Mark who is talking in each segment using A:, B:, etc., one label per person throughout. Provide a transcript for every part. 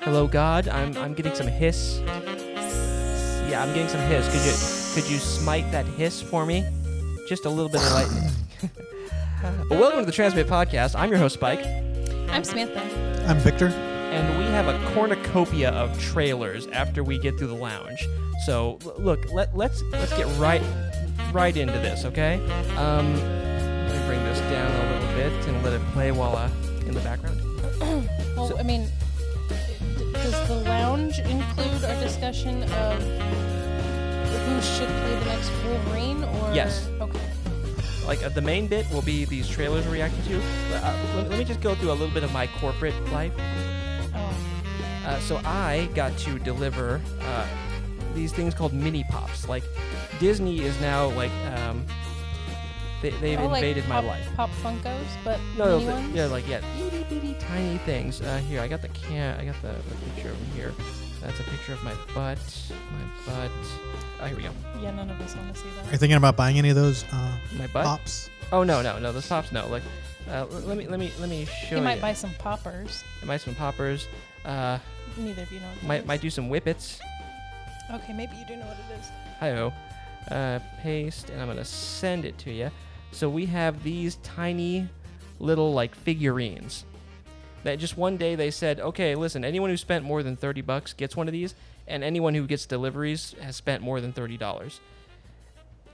A: Hello, God. I'm I'm getting some hiss. Yeah, I'm getting some hiss. Could you could you smite that hiss for me? Just a little bit of lightning. well, welcome to the Transmit Podcast. I'm your host, Spike,
B: I'm Samantha.
C: I'm Victor.
A: and we have a cornucopia of trailers after we get through the lounge. So l- look, let let's let's get right right into this, okay? Um, let me bring this down a little bit and let it play while I in the background.
B: Well,
A: So-
B: I mean, d- does the lounge include our discussion of who should play the next Wolverine? Or
A: Yes.
B: Okay.
A: like uh, the main bit will be these trailers we're reacting to. But, uh, let, let me just go through a little bit of my corporate life.
B: Oh,
A: Uh, so I got to deliver uh, these things called mini pops. Like Disney is now like um, they, they've
B: Oh, like
A: invaded
B: pop,
A: my life.
B: Pop Funkos, but
A: No,
B: mini
A: no,
B: ones.
A: th- yeah, like yeah, itty bitty tiny things. Uh, here, I got the can. I got the, the picture over here. That's a picture of my butt. My butt. Oh, here we go.
B: Yeah, none of us want to see
C: Are you
B: that.
C: thinking about buying any of those uh,
A: My butt.
C: pops?
A: Oh no, no, no. Those pops, no. Like, uh, l- let me, let me, let me show
B: You might
A: ya.
B: buy some poppers.
A: I might some poppers. Uh,
B: Neither of you know what that
A: might
B: is.
A: might do some whippets.
B: Okay, maybe you do know what it is.
A: Hi-oh. Uh, paste, and I'm gonna send it to you. So we have these tiny little like figurines. That just one day they said, okay, listen, anyone who spent more than thirty bucks gets one of these, and anyone who gets deliveries has spent more than thirty dollars.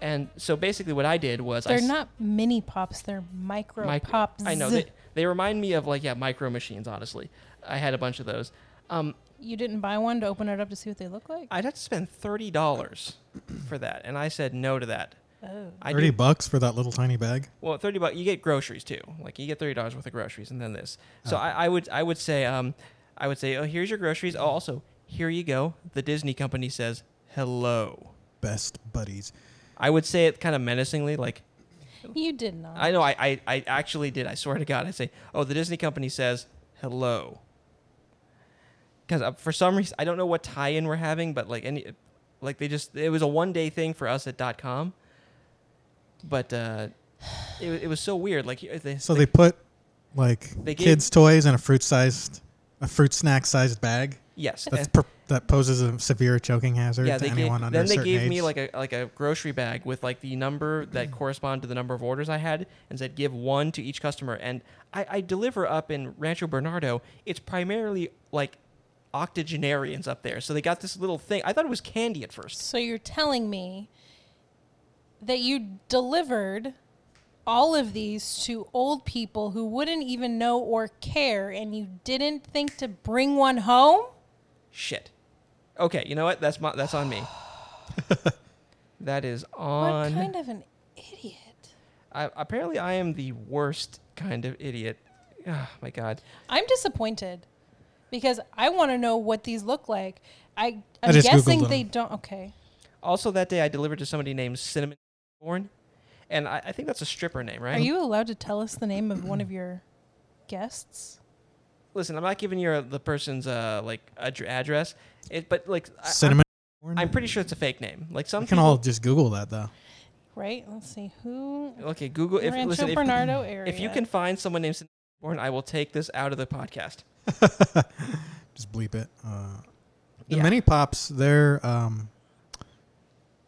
A: And so basically, what I did was I
B: They're
A: s-
B: not mini pops. They're micro,
A: Micro-
B: pops.
A: I know they, they remind me of like yeah, micro machines. Honestly, I had a bunch of those. Um,
B: you didn't buy one to open it up to see what they look like.
A: I'd have to spend thirty dollars for that, and I said no to that.
B: oh.
A: I
C: Thirty
A: do,
C: bucks for that little tiny bag?
A: well, thirty bucks. You get groceries too. Like you get thirty dollars worth of groceries, and then this. So I, I would I would say um I would say oh here's your groceries. Oh, also here you go. The Disney company says hello.
C: Best buddies.
A: I would say it kind of menacingly, like
B: You did not.
A: I know I, I I actually did. I swear to God, I say oh the Disney company says hello. Because for some reason I don't know what tie-in we're having, but like any like they just it was a one-day thing for us at dot .com. But uh, it, wa- it was so weird. Like they,
C: So they put like
A: They gave-
C: kids' toys in a fruit sized, a fruit snack sized bag.
A: Yes.
C: That's
A: and-
C: per- that poses a severe choking hazard
A: yeah,
C: to
A: they gave,
C: anyone under
A: then
C: a
A: they
C: certain
A: gave
C: age. Mm.
A: me like a like a grocery bag with like the number that corresponded to the number of orders I had and said give one to each customer. And I, I deliver up in Rancho Bernardo. It's primarily like octogenarians up there. So they got this little thing. I thought it was candy at first.
B: So you're telling me that you delivered all of these to old people who wouldn't even know or care, and you didn't think to bring one home?
A: Shit. Okay, you know what? That's my that's on me. that is on
B: What kind of an idiot?
A: I, apparently I am the worst kind of idiot. Oh my god.
B: I'm disappointed because I want to know what these look like. I,
C: I
B: I'm
C: just Googled
B: guessing
C: them.
B: they don't. Okay.
A: Also, that day I delivered to somebody named Cinnamon Corn, and I, I think that's a stripper name, right?
B: Are you allowed to tell us the name of one of your guests?
A: Listen, I'm not giving you uh, the person's uh like adr- address, it, but like I, I'm-
C: cinnamon. corn?
A: I'm, pretty sure it's a fake name. Like some
C: We can
A: people-
C: all just Google that though.
B: Right? Let's see. Who?
A: okay, Google if
B: Rancho
A: listen if,
B: Bernardo area.
A: if you can find someone named Cinnamon Corn, I will take this out of the podcast.
C: Just bleep it. Uh, the
A: Yeah.
C: mini pops, they're um,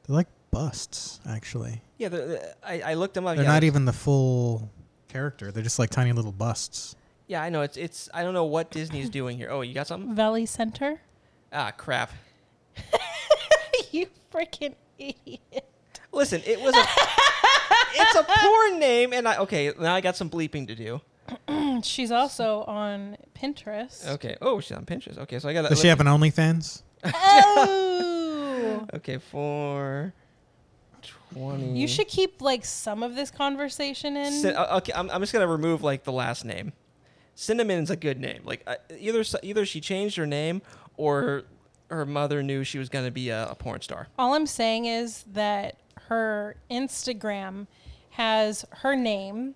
C: they're like busts actually.
A: Yeah, the, the, I, I looked them up.
C: They're
A: Oh, yeah,
C: not
A: like-
C: even the full character. They're just like tiny little busts.
A: yeah, I know it's it's I don't know what Disney's doing here. Oh, you got something?
B: Valley Center?
A: Ah, crap.
B: you freaking idiot.
A: Listen, it was a it's a porn name, and I okay now I got some bleeping to do.
B: Mm, She's also on Pinterest.
A: Okay. Oh, she's on Pinterest. Okay, so I got that.
C: Does she have an OnlyFans?
B: Oh!
A: Okay, for twenty.
B: you should keep like some of this conversation in.
A: Cin- uh, okay, I'm, I'm just gonna remove like the last name. Cinnamon's a good name. Like I either s- either she changed her name or her mother knew she was gonna be a, a porn star.
B: All I'm saying is that her Instagram has her name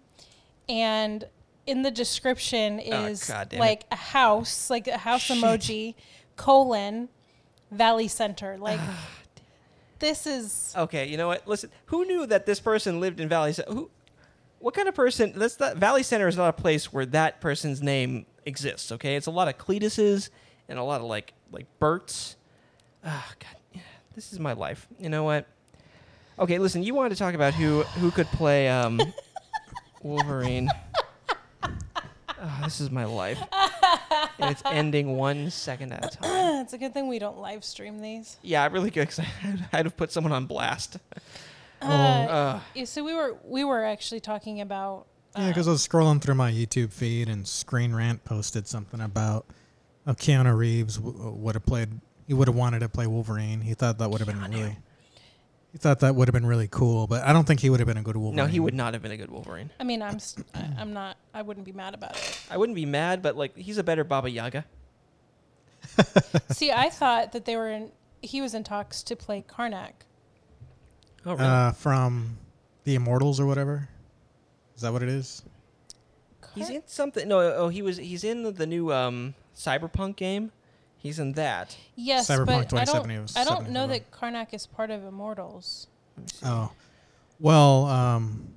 B: and in the description
A: Ah,
B: is
A: God damn it.
B: like a house, like a house
A: Shit.
B: emoji, colon, Valley Center. Like this is
A: Okay, you know what? Listen, who knew that this person lived in Valley? Cen- Who? What kind of person? That's not, Valley Center is not a place where that person's name exists. Okay, it's a lot of Cletuses and a lot of like like Burt's. Ah, God, this is my life. You know what? Okay, listen. You wanted to talk about who who could play um, Wolverine. Ah, this is my life, and it's ending one second at a time.
B: it's a good thing we don't live stream these.
A: Yeah, I really could. Cause I'd, I'd have put someone on blast.
B: Uh,
A: Uh,
B: yeah, so we were we were actually talking about
C: Yeah, because I was scrolling through my YouTube feed and Screen Rant posted something about uh, Keanu Reeves w- uh, would have played. He would have wanted to play Wolverine. He thought that would have been really. He thought that would have been really cool, but I don't think he would have been a good Wolverine.
A: no, he would not have been a good Wolverine.
B: uh, I mean, I'm s- I- I'm not I wouldn't be mad about it.
A: I wouldn't be mad, but like he's a better Baba Yaga.
B: See, I thought that they were in he was in talks to play Karnak.
A: Oh, really?
C: Uh, from the Immortals or whatever. Is that what it is?
A: he's
B: Kar-
A: in something. No, oh, he was. He's in the, the new um, cyberpunk game. He's in that.
B: Yes,
C: Cyberpunk
B: but I
C: 2077
B: don't, I don't know
C: or
B: that Karnak is part of Immortals.
C: Oh, well, um,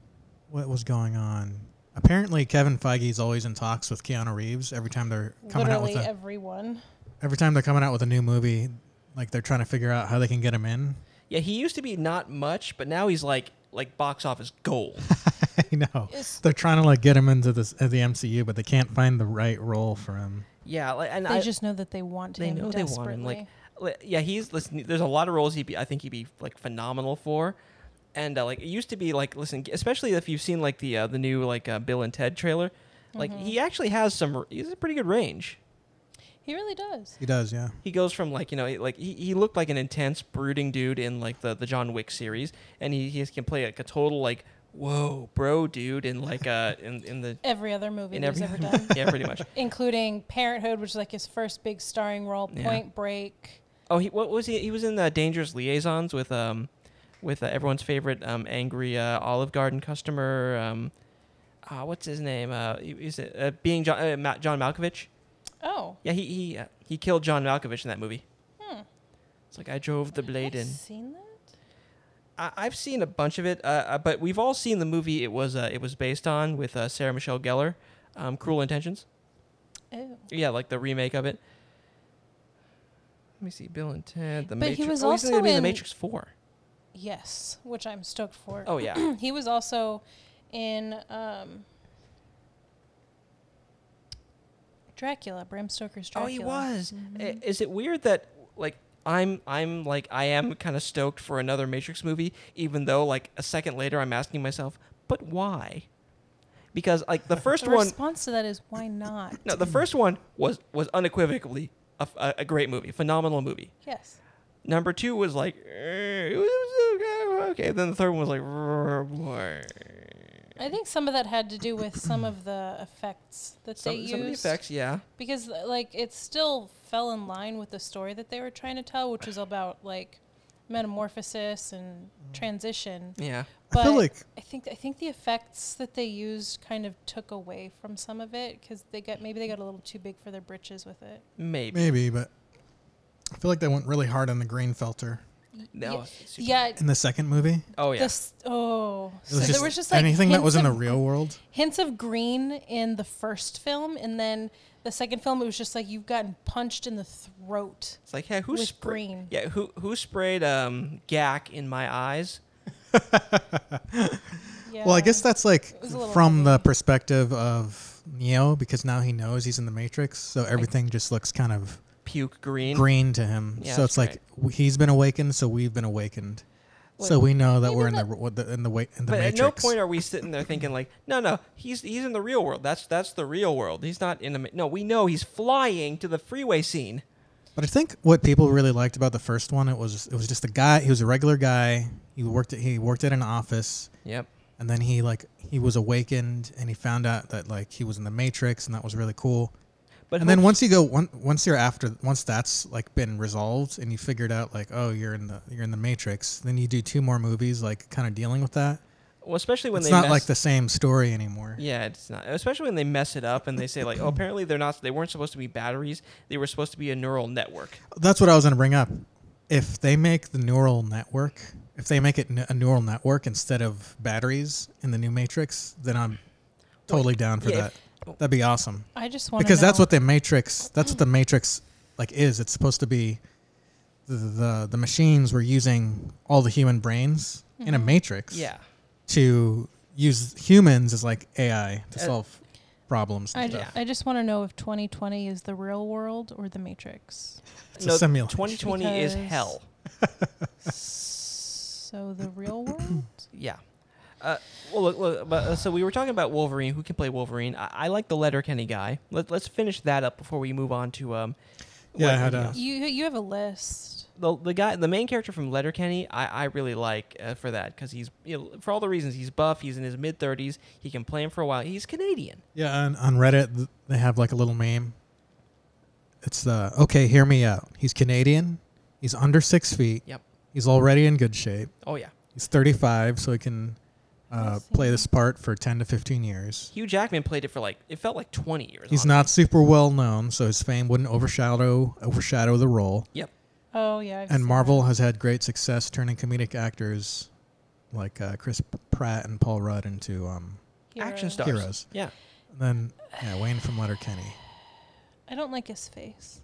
C: what was going on? Apparently, Kevin Feige's always in talks with Keanu Reeves every time they're coming
B: Literally
C: out with a,
B: everyone.
C: every time they're coming out with a new movie. Like they're trying to figure out how they can get him in.
A: Yeah, he used to be not much, but now he's like like box office gold.
C: I know
B: It's-
C: they're trying to like get him into this uh, the MCU, but they can't find the right role for him.
A: yeah, like and
B: They
A: I,
B: just know that they want
A: they
B: him
A: know they want
B: desperately.
A: him. Like, li- yeah, he's listen. There's a lot of roles he be. I think he'd be like phenomenal for. And uh, like it used to be like listen, g- especially if you've seen like the uh, the new like uh, Bill and Ted trailer, like he actually has some. r- He has a pretty good range.
B: he really does.
C: He does, yeah.
A: he goes from like you know like he, he looked like an intense brooding dude in like the, the john wick series and he, he can play like a total like whoa bro dude in like uh in, in the
B: Every other movie
A: in
B: he's
A: every
B: ever done,
A: yeah pretty much
B: including Parenthood, which is like his first big starring role,
A: Yeah.
B: Point Break.
A: oh he what was he he was in uh, dangerous liaisons with um with uh, everyone's favorite um angry uh, olive garden customer um uh, what's his name uh he- is it uh, being john uh, Ma- john malkovich
B: Oh,
A: yeah he he uh, he killed john malkovich in that movie
B: Hmm.
A: it's like i drove the blade
B: have I
A: in
B: seen that?
A: I, I've seen a bunch of it, uh, uh, but we've all seen the movie it was uh, it was based on with uh, Sarah Michelle Gellar, um, Cruel Intentions.
B: Oh.
A: Yeah, like the remake of it. Let me see, Bill and Ted. The
B: But he
A: Matrix.
B: was
A: oh, he's gonna
B: also
A: be in
B: in-
A: the Matrix Four.
B: Yes, which I'm stoked for.
A: Oh yeah,
B: he was also in um, Dracula, Bram Stoker's
A: oh
B: Dracula. Mm-hmm.
A: he was. Eh, I- Is it weird that like I'm I'm like I am kind of stoked for another Matrix movie, even though like a second later I'm asking myself, but why? Because like the first
B: the
A: one,
B: response to that is why not?
A: no, the first one was was unequivocally a f a a a great movie, phenomenal movie.
B: Yes.
A: Number two was like, "Eh, it was okay. okay." Then the third one was like, "Rrr, boy.
B: I think some of that had to do with some of the effects that
A: Some,
B: they used.
A: some of the effects, yeah.
B: Because, uh, like, it still fell in line with the story that they were trying to tell, which was about, like, metamorphosis and
A: Mm.
B: transition.
A: Yeah.
C: I feel
B: But
C: like
B: I think I think the effects that they used kind of took away from some of it because they got maybe they got a little too big for their britches with it.
A: Maybe.
C: maybe, but I feel like they went really hard on the green filter
A: No,
B: yeah,
A: it's super-
B: Yeah.
C: in the second movie.
A: Oh, yeah.
B: This, oh,
C: It
B: so there was just like
C: anything that
B: hints
C: was in the
B: of-
C: real world.
B: hints of green in the first film, and then the second film, it was just like you've gotten punched in the throat.
A: It's like, hey, who
B: with
A: sprayed?
B: green.
A: Yeah, who who sprayed um gack in my eyes?
B: Yeah.
C: Well, I guess that's like
B: was a little
C: from the
B: heavy.
C: perspective of Neo because now he knows he's in the Matrix, so everything just looks kind of
A: Puke green.
C: green to him.
A: Yeah,
C: so
A: that's
C: it's like w- he's been awakened, so we've been awakened. so
A: Well,
C: we know that
B: maybe
C: we're in the,
B: that-
C: what the in the wa- in the
A: But
C: Matrix.
A: at no point are we sitting there thinking like, no, no, he's he's in the real world. That's that's the real world. He's not in the. ma- No, we know he's flying to the freeway scene.
C: But I think what people really liked about the first one, it was it was just a guy. He was a regular guy. He worked at, he worked at an office,
A: Yep.
C: and then he like he was awakened and he found out that like he was in the Matrix, and that was really cool.
A: But
C: and then
A: who-
C: once you go one, once you're after once that's like been resolved and you figured out like oh you're in the you're in the Matrix, then you do two more movies like kind of dealing with that.
A: well, especially when
C: it's
A: they
C: not
A: mess-
C: like the same story anymore.
A: Yeah, it's not. Especially when they mess it up and they say like, "Oh, apparently they're not. They weren't supposed to be batteries. They were supposed to be a neural network."
C: That's what I was going to bring up. If they make the neural network, if they make it n- a neural network instead of batteries in the new Matrix, then I'm totally down for
A: yeah,
C: that. That'd be awesome
B: I just want
C: because that's what the Matrix. That's what the Matrix like is. It's supposed to be the the, the machines were using all the human brains in a matrix.
A: Mm-hmm. Yeah.
C: To use humans as like AI to
A: Uh,
C: solve problems. And
B: I, ju-
C: stuff.
B: I just want to know if 2020 is the real world or the Matrix.
C: It's a simulation.
A: 2020 is
B: Because-
A: hell.
B: So the real world?
A: Yeah. Uh, well, look, look, but, uh, so we were talking about Wolverine. Who can play Wolverine? I, I like the Letter Kenny guy. Let, let's finish that up before we move on to um.
C: Yeah, I
A: what-
C: had
A: you
C: a-
A: know,
B: you you have a list.
A: the the guy, the main character from Letterkenny, I I really like uh, for that because he's you know, for all the reasons he's buff, he's in his mid thirties, he can play him for a while. He's Canadian.
C: Yeah, on, on Reddit th- they have like a little meme. It's the okay, hear me out. He's Canadian. He's under six feet.
A: Yep.
C: He's already in good shape.
A: Oh yeah.
C: He's 35, so he can uh,
B: Let's see.
C: play this part for 10 to 15 years.
A: Hugh Jackman played it for like it felt like twenty years.
C: He's
A: honestly.
C: not super well known, so his fame wouldn't overshadow overshadow the role.
A: Yep.
B: Oh yeah. I've
C: And
B: seen
C: Marvel has had great success turning comedic actors like uh, Chris Pratt and Paul Rudd into um,
B: that.
A: Action
B: Heroes.
A: stars.
C: Heroes.
A: Yeah.
C: and then yeah, Wayne from Letterkenny.
B: I don't like his face.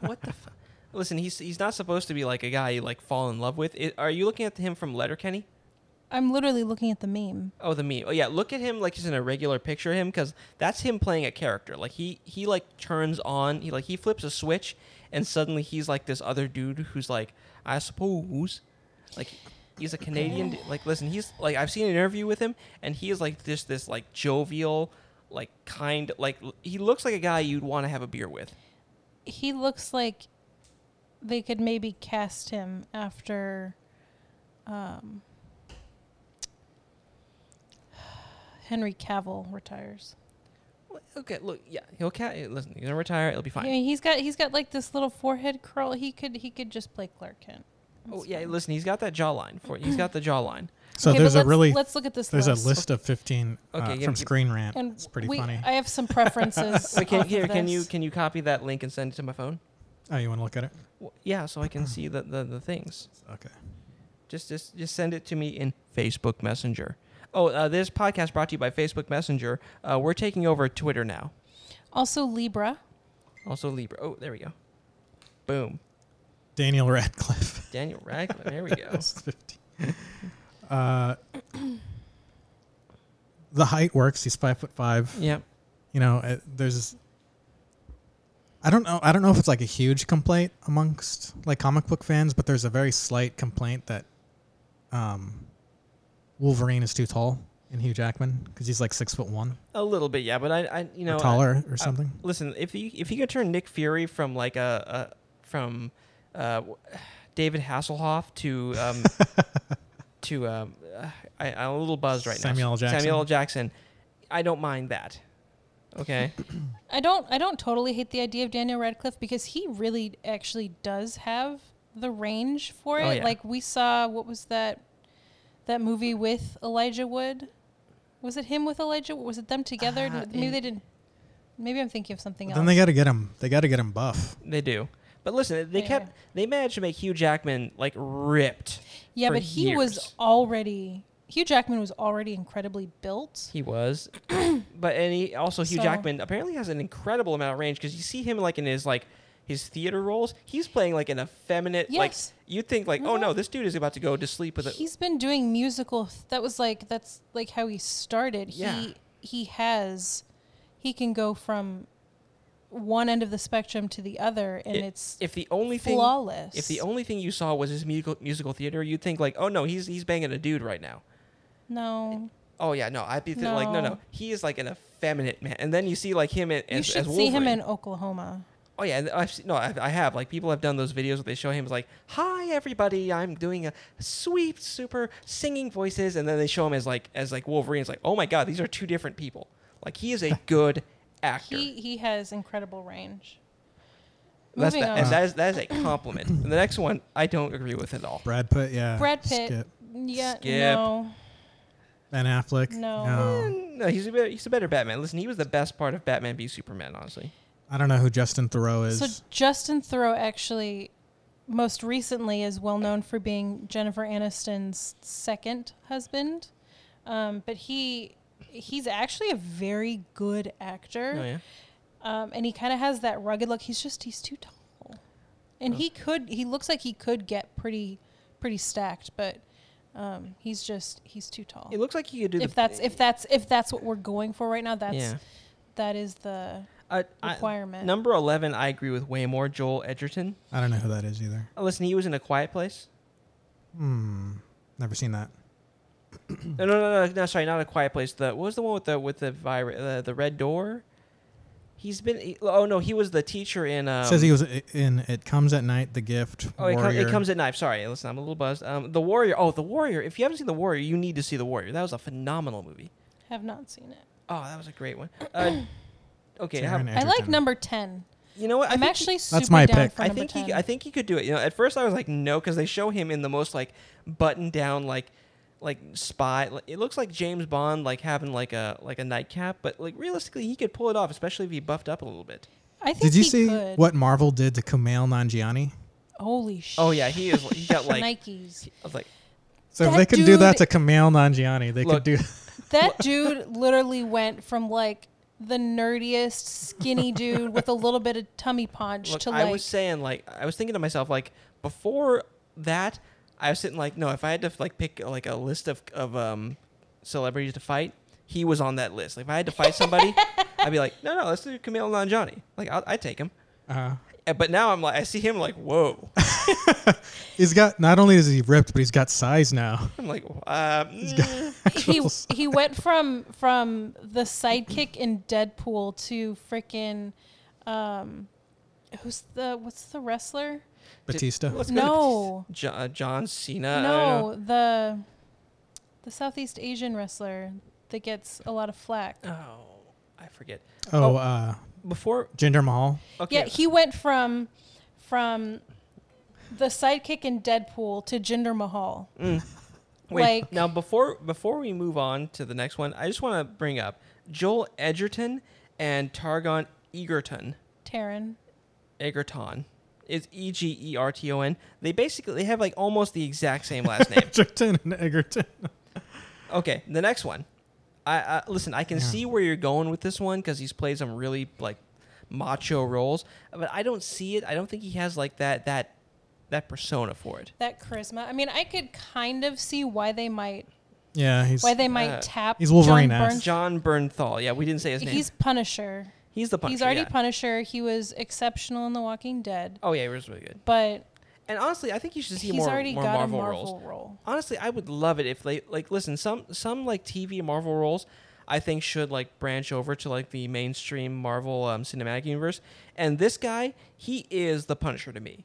A: what the. Fu- Listen, he's he's not supposed to be like a guy you like fall in love with. It, are you looking at him from Letterkenny?
B: I'm literally looking at the meme.
A: Oh, the meme. Oh, yeah. Look at him like he's in a regular picture of him because that's him playing a character. Like he he like turns on. He like he flips a switch and suddenly he's like this other dude who's like I suppose, like he's a Canadian. du- Like listen, he's like I've seen an interview with him and he is like this this like jovial, like kind like l- he looks like a guy you'd want to have a beer with.
B: He looks like they could maybe cast him after um, Henry Cavill retires.
A: L- Okay, look, yeah, he'll ca- eh, listen. He's gonna retire. It'll be fine.
B: I mean, he's got he's got like this little forehead curl. He could he could just play Clark Kent.
A: oh
B: That's
A: yeah,
B: fine.
A: listen, he's got that jawline for it. He's got the jawline.
C: So
B: Okay, but
C: there's a
B: let's-
C: really
B: let's look at this.
C: There's
B: list.
C: a list of 15 uh,
A: Okay, yeah, yeah.
C: from Screen Rant.
B: And
C: It's pretty
B: we-
C: funny.
B: I have some preferences.
A: Wait, can,
B: off of
A: here, can you
B: this.
A: can you copy that link and send it to my phone?
C: oh, you want to look at it?
A: Well, yeah, so I can see the, the, the things.
C: Okay.
A: Just, just just send it to me in Facebook Messenger. Oh, uh, this podcast brought to you by Facebook Messenger. Uh, we're taking over Twitter now.
B: Also Libra.
A: Also Libra. Oh, there we go. Boom.
C: Daniel Radcliffe.
A: Daniel Radcliffe. There we go.
C: It's 15. Uh, the height works. He's five foot five.
A: Yep.
C: You know, uh, there's. I don't know. I don't know if it's like a huge complaint amongst like comic book fans, but there's a very slight complaint that, um, Wolverine is too tall in Hugh Jackman because he's like six foot one
A: A little bit, yeah, but I, I you know,
C: or
A: I-
C: taller or something.
A: listen, if you if you could turn Nick Fury from like a, a from uh, w- David Hasselhoff to um, to um, uh, I, I'm a little buzzed right
C: Samuel
A: now.
C: L. Jackson.
A: Samuel L. Jackson. I don't mind that. Okay.
B: I don't I don't totally hate the idea of Daniel Radcliffe because he really actually does have the range for it.
A: Oh, yeah.
B: Like we saw what was that that movie with Elijah Wood? Was it him with Elijah? Wood? Was it them together?
A: Ah,
B: maybe
A: in-
B: they didn't Maybe I'm thinking of something
C: Then
B: else.
C: they got to get him. They got to get him buff.
A: They do. But listen, they
B: Yeah.
A: kept they managed to make Hugh Jackman like ripped.
B: yeah,
A: for
B: but he
A: years.
B: was already Hugh Jackman was already incredibly built.
A: He was, but and he also Hugh
B: So-
A: Jackman apparently has an incredible amount of range because you see him like in his like his theater roles. He's playing like an effeminate
B: Yes.
A: like you think like oh no this dude is about to go to sleep with a
B: He's been doing musical. Th- that was like that's like how he started.
A: Yeah.
B: He he has he can go from one end of the spectrum to the other, and
A: I-
B: it's
A: if the only thing
B: flawless.
A: if the only thing you saw was his musical musical theater, you'd think like oh no he's he's banging a dude right now.
B: no,
A: Oh yeah no I'd be th- like no no
B: No.
A: he is like an effeminate man. And then you see like him in, as
B: you should
A: as
B: see him
A: Wolverine.
B: in Oklahoma.
A: Oh yeah, and I've seen, no, I've, I have. Like people have done those videos where they show him as like, "Hi everybody, I'm doing a sweet, super singing voices," and then they show him as like as like Wolverine. It's like, oh my god, these are two different people. Like he is a good actor.
B: He he has incredible range.
A: That's
B: Moving
A: the-
B: on.
A: and that is that is a compliment. and the next one, I don't agree with at all.
C: Brad Pitt, yeah.
B: Brad
A: Uh,
B: Pitt.
C: Skip.
B: Yeah,
A: Skip.
B: no,
C: Ben Affleck. Oh.
B: No.
A: No, he's a better, he's a better Batman. Listen, he was the best part of Batman v Superman, honestly.
C: I don't know who Justin Thoreau is.
B: So Justin Thoreau actually, most recently, is well known for being Jennifer Aniston's second husband, um, but he he's actually a very good actor.
A: Oh yeah,
B: um, and he kind of has that rugged look. He's just he's too tall, and he could he looks like he could get pretty pretty stacked, but um, he's just he's too tall.
D: It looks like you could do
B: If
D: the.
B: that's if that's if that's what we're going for right now, that's
A: yeah.
B: that is the
A: Uh, I-
B: requirement.
A: number 11, I agree with way more. Joel Edgerton.
C: I don't know who that is either.
A: Uh, listen, he was in A Quiet Place.
C: Hmm. Never seen that.
A: No, no, no, no, no. Sorry, not a quiet place. The what was the one with the with the virus, uh, the red door? He's been. he- oh no, he was the teacher in. Um,
C: Says he was i- in It Comes at Night, The Gift,
A: Oh, it, com-
C: Warrior.
A: it comes at knife. Sorry, listen, I'm a little buzzed. Um, the Warrior. Oh, the Warrior. If you haven't seen the Warrior, you need to see the Warrior. That was a phenomenal movie.
B: have not seen it.
A: Oh, that was a great one. Uh, okay, how-
C: Taron
B: I like
C: Egerton.
B: number ten.
A: you know what? I
B: I'm
A: think
B: actually super
C: my
B: down
C: pick.
B: for
A: I
B: number
A: think he,
B: 10.
A: I think he could do it. You know, at first I was like no, because they show him in the most like button down like like spy. like, It looks like James Bond like having like a like a nightcap, but like realistically he could pull it off, especially if he buffed up a little bit.
B: I think
C: Did you
B: he
C: see
B: could.
C: what Marvel did to Kumail Nanjiani?
B: Holy shit!
A: Oh yeah, he is. He got like
B: Nikes.
A: I was like
C: So if
B: That
C: they could do that to
B: dude-
C: Kumail Nanjiani, they
A: Look.
C: could do.
B: That dude literally went from like the nerdiest skinny dude with a little bit of tummy punch
A: look,
B: to
A: I
B: like
A: was saying like I was thinking to myself like before that I was sitting like no, if I had to like pick like a list of of um celebrities to fight, he was on that list. Like if I had to fight somebody, I'd be like no, no, let's do Camille Nanjiani. Like I'll, I take him.
C: Uh,
A: Uh, But now I'm like, I see him like, whoa.
C: he's got not only is he ripped, but he's got size now.
A: I'm like, uh, mm.
B: he he went from from the sidekick in Deadpool to freaking um who's the what's the wrestler?
C: Batista.
A: let's go to
B: No.
A: Jo- uh, John Cena. I don't know.
B: No, the the Southeast Asian wrestler that gets a lot of flack.
A: Oh, I forget. oh.
C: Oh, uh,
A: Before,
C: Jinder Mahal.
A: okay.
B: Yeah, he went from from the sidekick in Deadpool to Jinder Mahal.
A: Wait,
B: Mm. like-
A: now before before we move on to the next one, I just want to bring up Joel Edgerton and Targon Egerton.
B: Taryn.
A: Egerton. It's E G E R T O N. They basically they have like almost the exact same last name.
C: Edgerton and Egerton.
A: Okay, the next one. I, I listen. I can see where you're going with this one because he's played some really like macho roles, but I don't see it. I don't think he has like that that that persona for it.
B: That charisma. I mean, I could kind of see why they might
C: Yeah, he's.
B: why they might
A: Uh,
B: tap.
C: He's
B: John
C: Wolverine ass.
B: Bernth-
A: John Bernthal. Yeah, we didn't say his name.
B: He's Punisher.
A: he's the Punisher.
B: He's already
A: yeah.
B: Punisher. He was exceptional in The Walking Dead,
A: Oh yeah, he was really good.
B: but
A: And honestly, I think you should see
B: he's
A: more,
B: already
A: more
B: got
A: Marvel,
B: a Marvel
A: roles.
B: role.
A: Honestly, I would love it if they like listen some some like TV Marvel roles. I think should like branch over to like the mainstream Marvel um, cinematic universe. And this guy, he is the Punisher to me.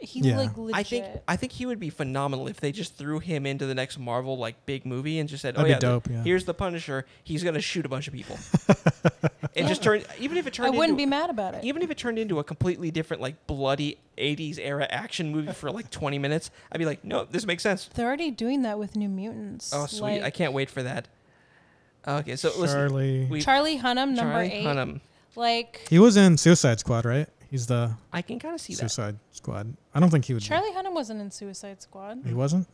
B: He
C: Yeah.
B: like legit.
A: I think I think he would be phenomenal if they just threw him into the next Marvel like big movie and just said, "Oh
C: That'd be
A: yeah, th-
C: dope, yeah.
A: here's the Punisher. He's gonna shoot a bunch of people." it just turned even if it
B: I
A: turned
B: wouldn't be
A: into,
B: mad about it.
A: even if it turned into a completely different like bloody '80s era action movie for like 20 minutes. I'd be like, "No, this makes sense."
B: They're already doing that with New Mutants.
A: Oh sweet, I
B: Like,
A: can't wait for that. Okay, so listen,
C: Charlie.
A: we-
B: Charlie Hunnam, number
A: Charlie
B: eight.
A: Hunnam.
B: Like
C: he was in Suicide Squad, right? He's the
A: I can kind of see that.
C: Suicide Squad. I don't think he would. be-
B: Charlie Hunnam wasn't in Suicide Squad.
C: He wasn't.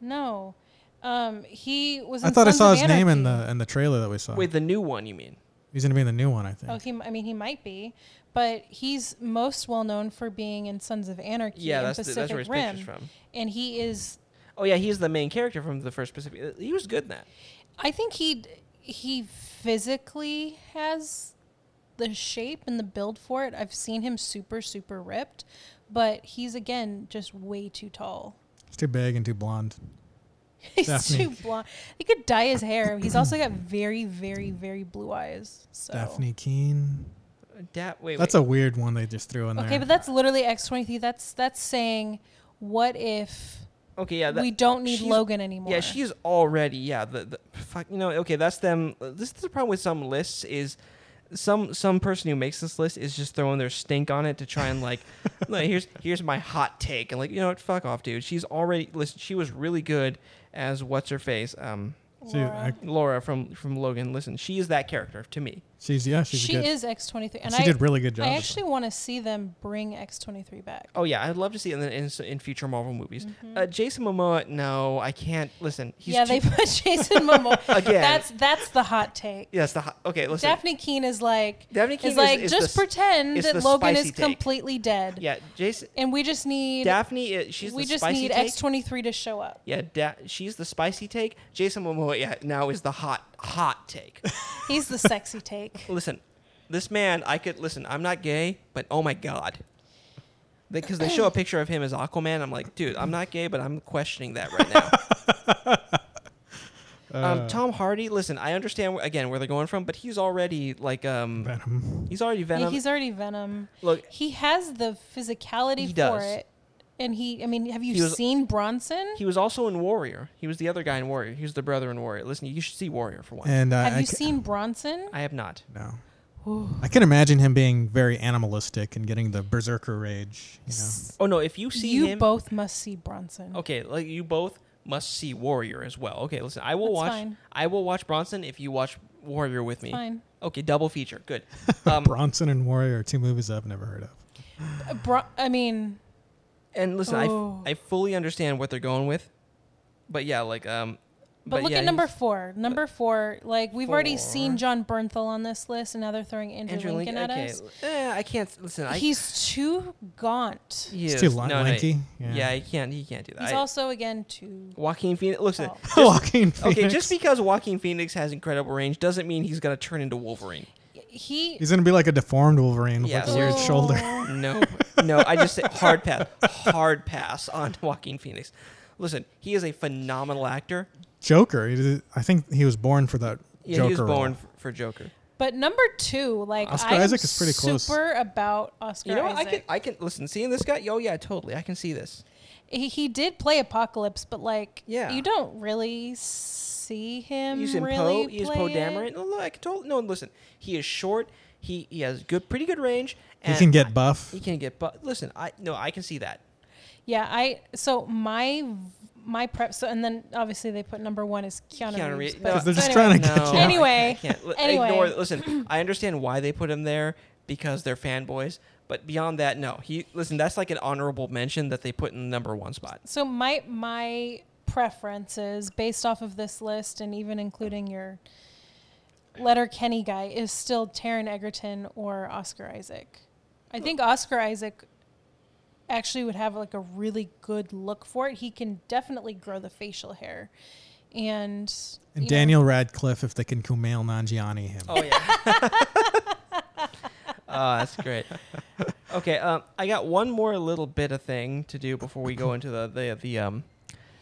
B: No, um, he was. In
C: I thought I
B: Sons
C: saw
B: of
C: his name in
B: Anarchy.
C: the in the trailer that we saw.
A: Wait, the new one, you mean?
C: He's gonna be in the new one, I think.
B: Oh, he. I mean, he might be, but he's most well known for being in Sons of Anarchy
A: Yeah,
B: and
A: that's the,
B: Pacific
A: that's where his
B: Rim,
A: picture's from.
B: and he is.
A: Oh yeah, he's the main character from the first Pacific. He was good in that.
B: I think he he physically has the shape and the build for it. I've seen him super super ripped, but he's again just way too tall.
C: He's too big and too blonde.
B: He's
C: Daphne.
B: too blonde. He could dye his hair. He's also got very, very, very blue eyes. So.
C: Daphne Keene.
A: Da- wait,
C: That's
A: wait.
C: a weird one they just threw in there.
B: Okay, but that's literally X twenty three. That's that's saying, what if
A: Okay, yeah. that-
B: we don't need
A: she's-
B: Logan anymore?
A: Yeah, she's already. Yeah, the, the fuck. You know, okay, that's them. This is the problem with some lists is some some person who makes this list is just throwing their stink on it to try and like, "Look, here's here's my hot take and like you know what, fuck off, dude. She's already listen. She was really good as what's her face, um,
C: Dude, I-
B: Laura.
A: Laura from from Logan. Listen, she is that character to me.
C: She's yeah, she's
B: She
C: good.
B: is X23. And
C: she
B: I,
C: did really good job.
B: I
C: with
B: actually want to see them bring X23 back.
A: Oh yeah, I'd love to see it in, in, in future Marvel movies. Uh, Jason Momoa, no, I can't. Listen, he's
B: Mm-hmm. yeah,
A: too-
B: they put Jason Momoa.
A: Again.
B: That's that's the hot take.
A: yes, the hot- okay. Listen,
B: Daphne Keene is like
A: Daphne Keane
B: is
A: is-
B: like
A: is
B: just
A: the s-
B: pretend
A: is
B: that
A: the
B: Logan is
A: spicy take."
B: completely dead.
A: yeah, Jason,
B: And we just need
A: Daphne, is, she's
B: we
A: the
B: just
A: spicy
B: need
A: take.
B: X23 to show up.
A: yeah, da- she's the spicy take. Jason Momoa, yeah, now is the hot hot take.
B: He's the sexy take.
A: listen, this man, I could listen. I'm not gay, but oh my god, because they show a picture of him as Aquaman. I'm like, dude, I'm not gay, but I'm questioning that right now.
C: Uh,
A: um, Tom Hardy, listen, I understand again where they're going from, but he's already like um,
C: Venom.
A: he's already Venom.
B: Yeah, he's already Venom.
A: Look,
B: He has the physicality
A: He
B: for
A: does.
B: it. And he I mean, have you
A: He was-
B: seen Bronson?
A: he was also in Warrior. He was the other guy in Warrior. He was the brother in Warrior. Listen, you should see Warrior for once.
C: And uh,
B: have
C: I
B: you
C: ca-
B: seen Bronson?
A: I have not.
C: No.
B: Ooh.
C: I can imagine him being very animalistic and getting the berserker rage. You know,
B: S-
A: Oh no, if you see
B: you
A: him,
B: both must see Bronson.
A: okay, like you both must see Warrior as well. Okay, listen, I will
B: That's
A: watch.
B: fine.
A: I will watch Bronson if you watch Warrior with me.
B: Fine.
A: Okay, double feature. Good. Um,
C: Bronson and Warrior are two movies I've never heard of.
B: Uh, Bro- I mean,
A: and listen, I f-
B: Oh.
A: I fully understand what they're going with, but yeah, like um,
B: But, look
A: yeah,
B: at number
A: he's-
B: four. Number four, like we've already seen
A: Four.
B: John Bernthal on this list, and now they're throwing Andrew,
A: Andrew
B: Lincoln,
A: Lincoln.
B: at
A: Okay,
B: us.
A: eh, I can't listen. I,
B: He's too gaunt.
A: he
C: He's
A: is-
C: too lin-
A: no, no,
C: lanky.
A: yeah.
C: yeah.
A: he can't. He can't do that.
B: He's
A: I-
B: also again too.
A: Joaquin Phoenix. Listen,
B: Oh.
C: Joaquin Phoenix.
A: okay, just because Joaquin Phoenix has incredible range doesn't mean he's gonna turn into Wolverine.
B: He
C: He's gonna be like a deformed Wolverine with
A: Yeah,
C: like a weird
B: Oh.
C: shoulder.
A: No, no, I just say hard pass, hard pass on Joaquin Phoenix. Listen, he is a phenomenal actor.
C: Joker. he did- I think he was born for that.
A: Yeah,
C: Joker
A: he was
C: role.
A: born f- for Joker.
B: But number two, like
C: Oscar
B: I'm
C: Isaac is pretty close.
B: Super about Oscar
A: You know, what? I
B: Isaac.
A: can, I can listen. Seeing this guy, oh yeah, totally, I can see this.
B: he, he did play Apocalypse, but like
A: Yeah.
B: you don't really see him.
A: He's in
B: really
A: Poe. He's
B: play
A: Poe
B: it.
A: Dameron. No, look, I can totally. No, listen, he is short. He he has good, pretty good range.
C: He
A: And
C: can get buff.
A: He can get. But listen, I no, I can see that.
B: Yeah, I so my my prep. So and then obviously they put number one is Keanu,
A: Keanu Reeves-
B: Reeves. but-
A: No,
C: 'Cause they're
B: so
C: just
B: anyway.
C: trying to
A: No,
C: get you.
A: I
B: Anyway.
A: can't, I can't. L-
B: Anyway.
A: Ignore. Listen, I understand why they put him there because they're fanboys. But beyond that, no. He listen. That's like an honorable mention that they put in the number one spot.
B: So my my preferences based off of this list and even including your letter Kenny guy is still Taryn Egerton or Oscar Isaac. I think Oscar Isaac actually would have like a really good look for it. He can definitely grow the facial hair. And, you
C: And
B: know,
C: Daniel Radcliffe, if they can Kumail Nanjiani him.
A: Oh yeah. oh, that's great. Okay, um, I got one more little bit of thing to do before we go into the the the um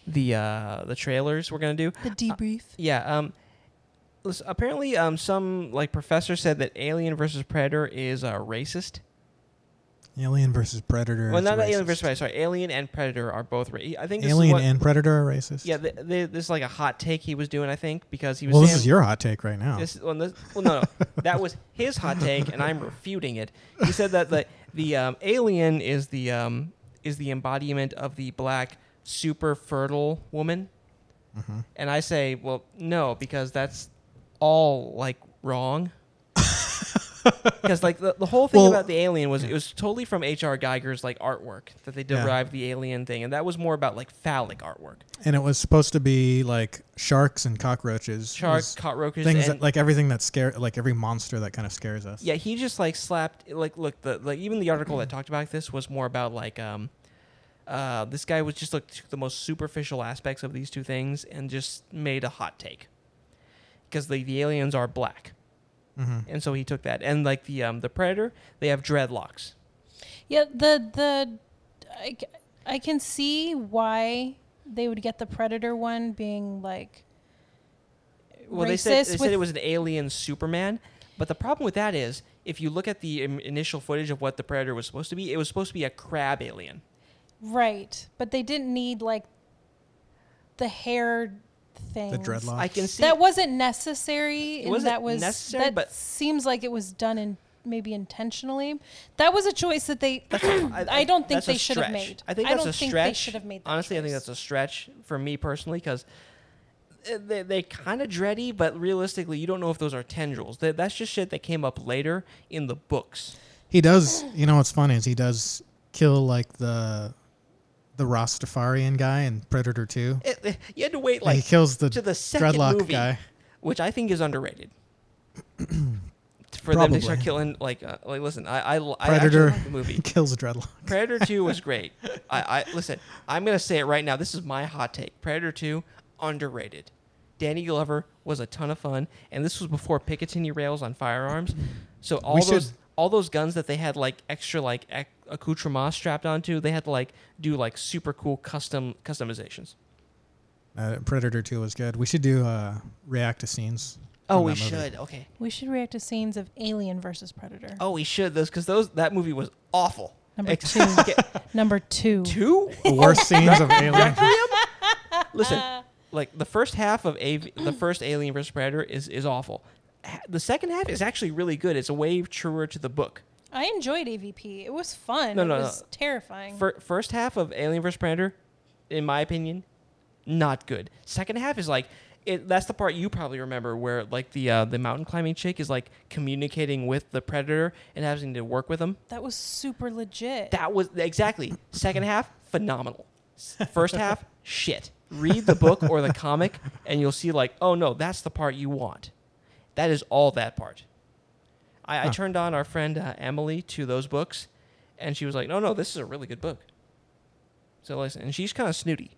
A: the uh the trailers we're gonna do. Uh,
B: the debrief.
A: Yeah. Um. Listen, apparently, um, some like professor said that Alien versus Predator is uh, racist.
C: Alien versus Predator.
A: Well,
C: is
A: not Alien
C: racist.
A: versus Predator. Sorry, Alien and Predator are both. Ra- I think this is
C: Alien
A: what,
C: and Predator are racist.
A: yeah. Th- th- this is like a hot take he was doing. I think because he was.
C: Well,
A: saying,
C: this is your hot take right now.
A: This, well, this, well, no, no, that was his hot take, and I'm refuting it. He said that the the um, alien is the um, is the embodiment of the black super fertile woman,
C: Mm-hmm.
A: and I say, well, no, because that's all like wrong. Because like the, the whole thing
C: Well-
A: about the alien was it was totally from H.R. Geiger's like artwork that they
C: Yeah.
A: derived the alien thing, and that was more about like phallic artwork,
C: and it was supposed to be like sharks and cockroaches. It
A: sharks,
C: was
A: cockroaches,
C: things
A: and
C: that, like everything that scare, like every monster that kind of scares us.
A: Yeah, he just like slapped like look the like even the article that talked about this was more about like um uh this guy was just like took the most superficial aspects of these two things and just made a hot take because the, the aliens are black
C: hmm
A: and so he took that and like the um the predator they have dreadlocks
B: Yeah, the the I, c- I can see why they would get the predator one being like
A: well
B: racist
A: they said they
B: with
A: said it was an alien Superman but the problem with that is if you look at the im- initial footage of what the predator was supposed to be it was supposed to be a crab alien
B: right, but they didn't need like the hair thing.
C: The dreadlock.
A: I can see
B: Uh, That wasn't necessary. and
A: wasn't
B: that was
A: necessary,
B: that
A: but-
B: seems like it was done in maybe intentionally. That was a choice that they I, don't think
A: that's a
B: they should have
A: stretch.
B: made.
A: I think
B: I
A: that's
B: don't
A: a
B: think
A: stretch.
B: they should have made that
A: Honestly, I think
B: choice.
A: that's a stretch for me personally because uh, they, they kind of dready, but realistically, you don't know if those are tendrils. That that's just shit that came up later in the books.
C: He does. You know what's funny is he does kill like the the Rastafarian guy in Predator Two.
A: It- it- Eh, you had to wait
C: Like,
A: like
C: he kills the
A: to the second
C: dreadlock
A: movie,
C: guy.
A: which I think is underrated. For them
C: Probably.
A: to start killing like uh, like listen, I I, l- I
C: Predator
A: actually like the movie.
C: kills a dreadlock.
A: Predator Two was great. I, I listen. I'm gonna say it right now. This is my hot take. Predator Two underrated. Danny Glover was a ton of fun, and this was before Picatinny rails on firearms. So all
C: We should-
A: those all those guns that they had like extra like ac- accoutrements strapped onto, they had to like do like super cool custom customizations.
C: Uh, Predator Two was good. We should do uh, react to scenes.
A: Oh,
C: from
A: we
C: that movie.
A: should. Okay.
B: We should react to scenes of Alien versus Predator.
A: Oh, we should. Those because those that movie was awful.
B: Number
A: Ex-
B: two.
A: get-
B: Number two.
A: two.
C: The worst scenes of Alien.
A: Listen, like the first half of Av- the first Alien vs Predator is is awful. Ha- The second half is actually really good. It's way truer to the book.
B: I enjoyed AVP. It was fun.
A: No,
B: it
A: no,
B: was
A: no.
B: terrifying.
A: Fir- first half of Alien vs Predator, in my opinion, not good. Second half is like. It, that's the part you probably remember, where like the uh, the mountain climbing chick is like communicating with the predator and having to work with him.
B: that was super legit.
A: That was exactly
C: Hmm.
A: second half phenomenal. S- First half shit. Read the book or the comic and you'll see like, oh no, that's the part you want. That is all that part. I, I
C: Huh.
A: turned on our friend uh, Emily to those books, and she was like, no, no, this is a really good book. So listen, and she's kind of snooty.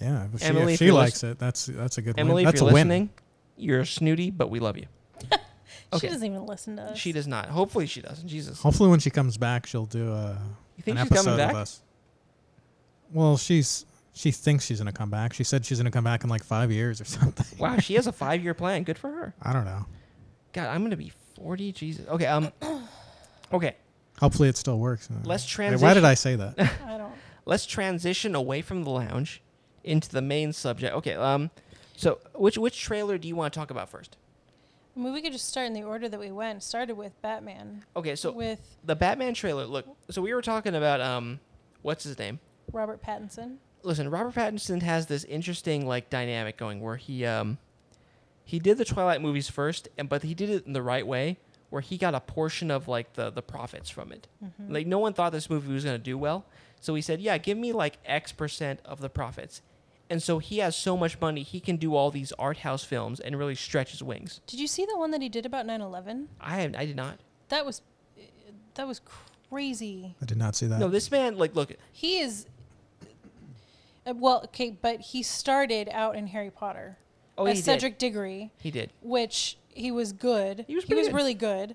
C: Yeah, if she, if
A: Emily, if
C: she
A: you're
C: likes it, that's that's a good
A: Emily,
C: win.
A: if
C: That's
A: you're
C: a win.
A: listening, you're snooty, but we love you. okay.
B: She doesn't even listen to us.
A: She does not. Hopefully, she doesn't. Jesus.
C: Hopefully, when she comes back, she'll do a
A: You think
C: an
A: she's coming
C: episode
A: back?
C: of us. Well, she's she thinks she's gonna come back. She said she's gonna come back in like five years or something.
A: Wow, she has a five year plan. Good for her.
C: I don't know.
A: God, I'm gonna be forty. Jesus. Okay. Um. Okay.
C: Hopefully, it still works. Uh,
A: Let's
C: Wait, Why
A: transition-
C: did I say that?
B: I don't.
A: let's transition away from the lounge into the main subject. Okay, um, so which which trailer do you want to talk about first?
B: I mean, we could just start in the order that we went. Started with Batman.
A: Okay, so
B: with
A: the Batman trailer. Look, so we were talking about um, what's his name?
B: Robert Pattinson.
A: Listen, Robert Pattinson has this interesting like dynamic going where he um, he did the Twilight movies first, and but he did it in the right way where he got a portion of like the the profits from it. Mm-hmm. Like no one thought this movie was gonna do well, so he said, "Yeah, give me like X percent of the profits." And so he has so much money, he can do all these art house films and really stretch his wings.
B: Did you see the one that he did about 9/11?
A: I I did not.
B: That was that was crazy.
C: I did not see that.
A: No, this man like look,
B: He is uh, well, okay, but he started out in Harry Potter
A: Oh,
B: as
A: he did.
B: Cedric Diggory,
A: he did.
B: which he was good.
A: He was pretty good.
B: really good.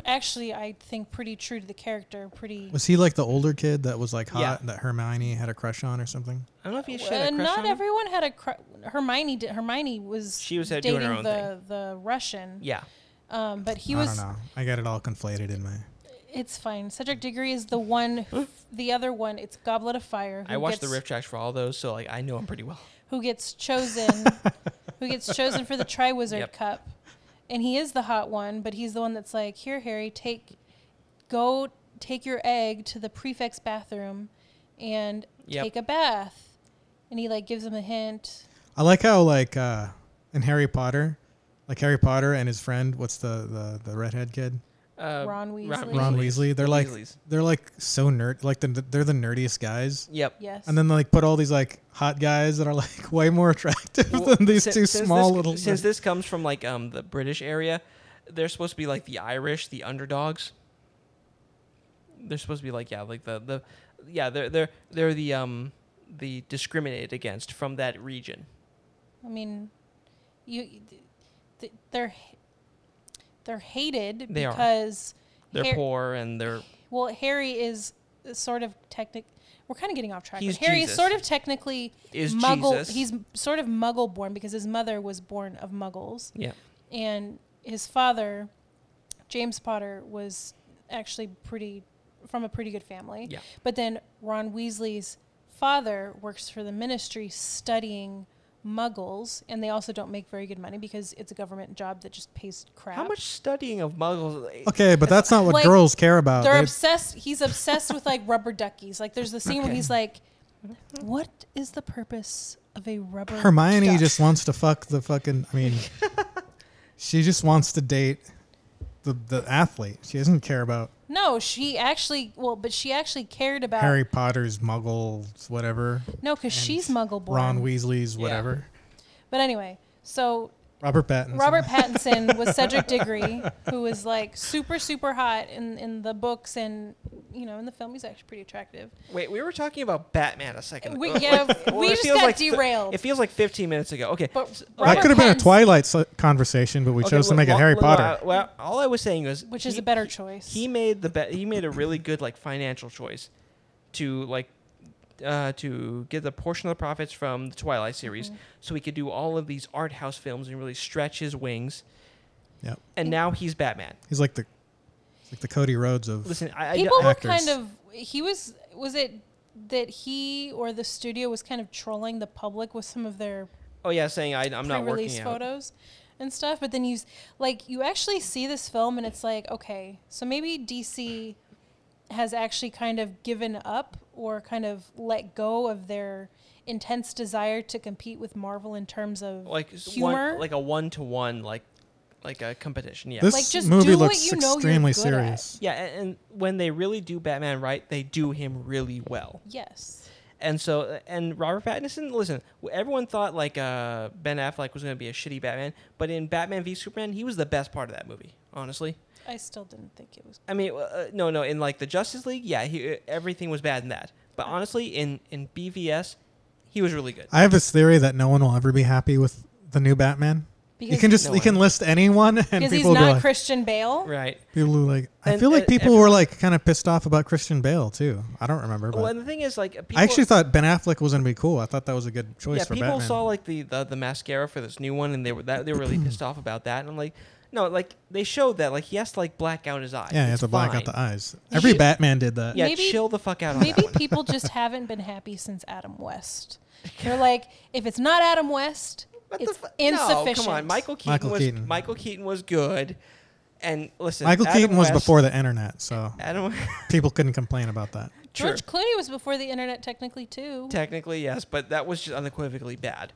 B: Actually, I think pretty true to the character. Pretty.
C: was he like the older kid that was like hot
A: Yeah.
C: that Hermione had a crush on or something?
A: I don't know if he should
B: Uh,
A: have
B: not
A: not every.
B: everyone had a cr- Hermione. Did, Hermione was
A: She was, uh,
B: dating
A: doing her own
B: the the Russian.
A: Yeah,
B: Um, but he
C: I
B: was.
C: don't know. I got it all conflated in my.
B: It's fine. Cedric Diggory is the one. Who, the other one. It's Goblet of Fire.
A: I watched
B: gets,
A: the riff tracks for all those, so like I know him pretty well.
B: Who gets chosen? who gets chosen for the Triwizard
A: Yep.
B: Cup? And he is the hot one, but he's the one that's like, here, Harry, take, go, take your egg to the prefect's bathroom, and
A: Yep.
B: take a bath. And he like gives him a hint.
C: I like how like uh in Harry Potter, like Harry Potter and his friend, what's the the, the redhead kid?
A: Uh,
B: Ron Weasley.
A: Weasley's.
C: Ron Weasley. They're like
A: Weasleys.
C: they're like so nerd. Like the, they're the nerdiest guys.
A: Yep.
B: Yes.
C: And then they, like put all these like hot guys that are like way more attractive
A: Well,
C: than these
A: si-
C: two
A: since
C: small
A: this,
C: little.
A: Since this comes from like um the British area, they're supposed to be like the Irish, the underdogs. They're supposed to be like yeah, like the the yeah they're they're they're the um the discriminated against from that region.
B: I mean, you, th- they're they're hated
A: They are.
B: because
A: They're
B: Har-
A: poor and they're
B: Well, Harry is sort of technic. We're kind of getting off track.
A: He's
B: but Harry
A: Jesus.
B: is sort of technically
A: Is
B: muggle.
A: Jesus.
B: He's m- sort of muggle born because his mother was born of muggles,
A: yeah
B: and his father, James Potter, was actually pretty from a pretty good family.
A: Yeah.
B: But then Ron Weasley's father works for the ministry studying muggles and they also don't make very good money because it's a government job that just pays crap.
A: How much studying of Muggles? eh,
C: okay, but that's not what
B: Like,
C: girls care about.
B: They're
C: Uh, They-
B: obsessed. He's obsessed with like rubber duckies. Like there's the scene where he's like, "What is the purpose of a rubber.
C: Hermione
B: duck.
C: just wants to fuck the fucking. I mean, she just wants to date the the athlete. She doesn't care about
B: No, she actually. Well, but she actually cared about.
C: Harry Potter's Muggles, whatever,
B: no, because she's muggle born.
C: Ron Weasley's, whatever.
B: But anyway, so
C: Robert Pattinson.
B: Robert Pattinson was Cedric Diggory, who was like super, super hot in, in the books and, you know, in the film. He's actually pretty attractive.
A: Wait, we were talking about Batman a second ago.
B: We, yeah,
A: Well,
B: we
A: it
B: just
A: feels
B: got
A: oh, like fi-
B: derailed.
A: it feels like 15 minutes ago. Okay.
B: But
A: s-
B: Robert
C: that could have been a
B: Pattinson-
C: Twilight so- conversation, but we
A: okay,
C: chose to
A: well,
C: make it
A: well,
C: Harry
A: well,
C: Potter.
A: uh, Well, all I was saying was
B: which is
A: he-
B: a better choice.
A: He made the be- he made a really good like financial choice to like uh, to get the portion of the profits from the Twilight series,
B: Mm-hmm.
A: so he could do all of these art house films and really stretch his wings.
C: Yep.
A: And now he's Batman.
C: He's like the he's like the Cody Rhodes of
A: Listen, I, I
B: People were
C: actors.
B: kind of. He was. Was it that he or the studio was kind of trolling the public with some of their
A: oh yeah, saying I, I'm not
B: pre-release
A: working out.
B: photos and stuff but then you s- like you actually see this film and it's like okay so maybe dc has actually kind of given up or kind of let go of their intense desire to compete with marvel in terms of
A: Like s-
B: humor
A: one, like a one to one, like like a competition. Yeah.
C: this
B: Like, just
C: movie
B: do what
C: looks
B: you know you're
C: extremely
B: good at.
C: serious.
A: yeah, and, and when they really do Batman right, they do him really well.
B: yes
A: And so, and Robert Pattinson, listen, everyone thought like uh, Ben Affleck was going to be a shitty Batman, but in Batman v Superman, he was the best part of that movie, honestly.
B: i still didn't think it was
A: I mean, uh, no, no, in like the Justice League, yeah, he, uh, everything was bad in that. But honestly, in, in BVS, he was really good.
C: I have this theory that no one will ever be happy with the new Batman. you
B: Because
C: can just
A: No
C: you can list anyone and
B: because
C: people
B: he's
C: will be
B: not
C: like,
B: christian bale
A: right.
C: people who like I
A: And,
C: feel like
A: uh,
C: people were like kind of pissed off about Christian Bale too. I don't remember, but
A: Well, and the thing is, like, people,
C: I actually thought Ben Affleck was gonna be cool. I thought that was a good choice
A: yeah,
C: for
A: people
C: Batman.
A: saw like the, the the mascara for this new one, and they were that they were really pissed off about that. And I'm like, no, like they showed that like he has to like black out his eyes.
C: yeah, he has
A: It's
C: to black out
A: fine.
C: the eyes. Every
B: should-
C: Batman did that.
A: Yeah,
B: Maybe-
A: chill the fuck out on
B: Maybe
A: that one.
B: people just haven't been happy since Adam West. They're like, if it's not Adam West,
A: What the
B: it's
A: fu-
B: insufficient.
A: No, come on, Michael Keaton
C: Michael
A: was
C: Keaton.
A: Michael Keaton was good, and listen,
C: Michael
A: Adam
C: Keaton was
A: West-
C: before the internet, so
A: Adam.
C: people couldn't complain about that.
A: True.
B: George Clooney was before the internet, technically too.
A: Technically, yes, but that was just unequivocally bad.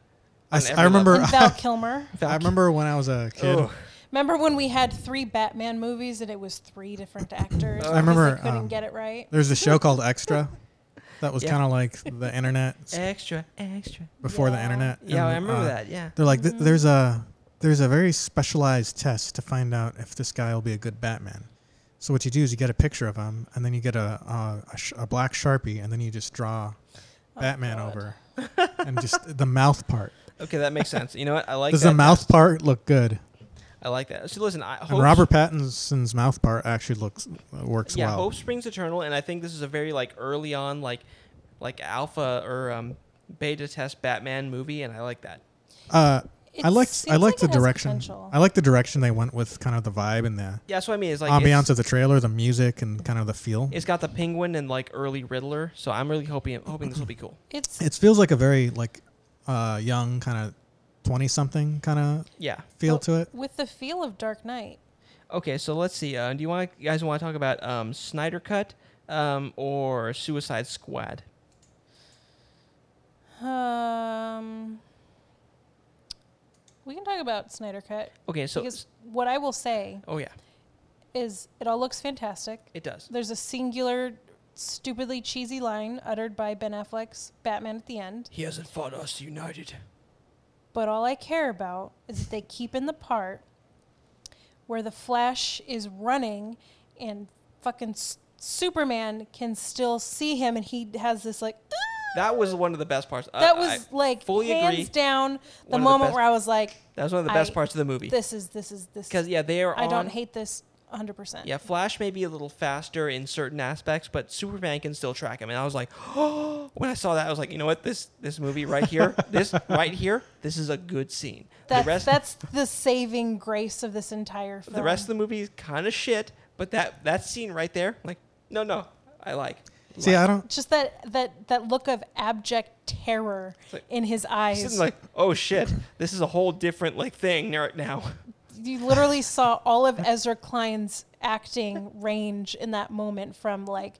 C: I,
A: On
C: s- I
A: every
C: remember
B: and Val Kilmer.
A: Val
C: I remember when I was a kid.
A: Ugh.
B: Remember when we had three Batman movies and it was three different actors? because
C: remember,
B: they couldn't
C: um,
B: get it right.
C: There's a show called Extra. That was
A: Yeah.
C: kind of like the internet s-
A: Extra, extra.
C: before the
B: Yeah.
C: internet.
A: Yeah, I
C: and,
A: remember
C: uh,
A: that. Yeah.
C: They're like, th- there's
B: Mm.
C: a there's a very specialized test to find out if this guy will be a good Batman. So what you do is you get a picture of him, and then you get a a, a, sh- a black sharpie, and then you just draw Batman
B: Oh, God.
C: over, and just the mouth part.
A: Okay, that makes sense. You know what? I like
C: Does
A: that.
C: the mouth
A: test.
C: part look good?
A: I like that. So listen, I hope
C: And Robert Pattinson's mouth part actually looks works
A: yeah,
C: well.
A: hope springs eternal, and I think this is a very like early on like like alpha or um beta test Batman movie, and I like that.
C: Uh, I
B: It
C: liked I
B: seems
C: liked
B: like it
C: the
B: has
C: direction.
B: potential.
C: I like the direction they went with, kind of the vibe and the
A: Yeah, that's what I mean. It's like it's-
C: ambiance of the trailer, the music, and kind of the feel.
A: It's got the penguin and like early Riddler, so I'm really hoping hoping this will be cool.
B: It's
C: It feels like a very like uh, young kind of twenty something kind of
A: Yeah.
C: feel
B: well,
C: to it.
B: with the feel of Dark Knight.
A: Okay, so let's see. Uh, do you want you guys want to talk about um, Snyder Cut um, or Suicide Squad?
B: Um, we can talk about Snyder Cut
A: Okay, so
B: because what I will say
A: oh yeah,
B: is it all looks fantastic.
A: it does.
B: There's a singular, stupidly cheesy line uttered by Ben Affleck's Batman at the end.
A: He hasn't fought us united.
B: But all I care about is that they keep in the part where the Flash is running and fucking S- Superman can still see him and he has this like, "Ah!"
A: That was one of the best parts. I-
B: that
A: I
B: was like
A: fully
B: hands
A: agree.
B: down the
A: One of the
B: moment
A: best-
B: where I was like,
A: that was one of the best
B: I-
A: parts of the movie.
B: this is, this is, this
A: Because yeah, they are.
B: I
A: on,
B: don't hate this 100%.
A: Yeah, Flash may be a little faster in certain aspects, but Superman can still track him. And I was like, oh! When I saw that, I was like, you know what? This this movie right here, this right here, this is a good scene.
B: That's,
A: the rest,
B: that's the saving grace of this entire film.
A: the rest of the movie is kind of shit, but that that scene right there, like, no, no, I like.
C: See, I don't.
B: just that that that look of abject terror
A: like-
B: in his
A: He's
B: eyes.
A: sitting like, oh shit, this is a whole different like thing right now.
B: you literally saw all of Ezra Klein's acting range in that moment from like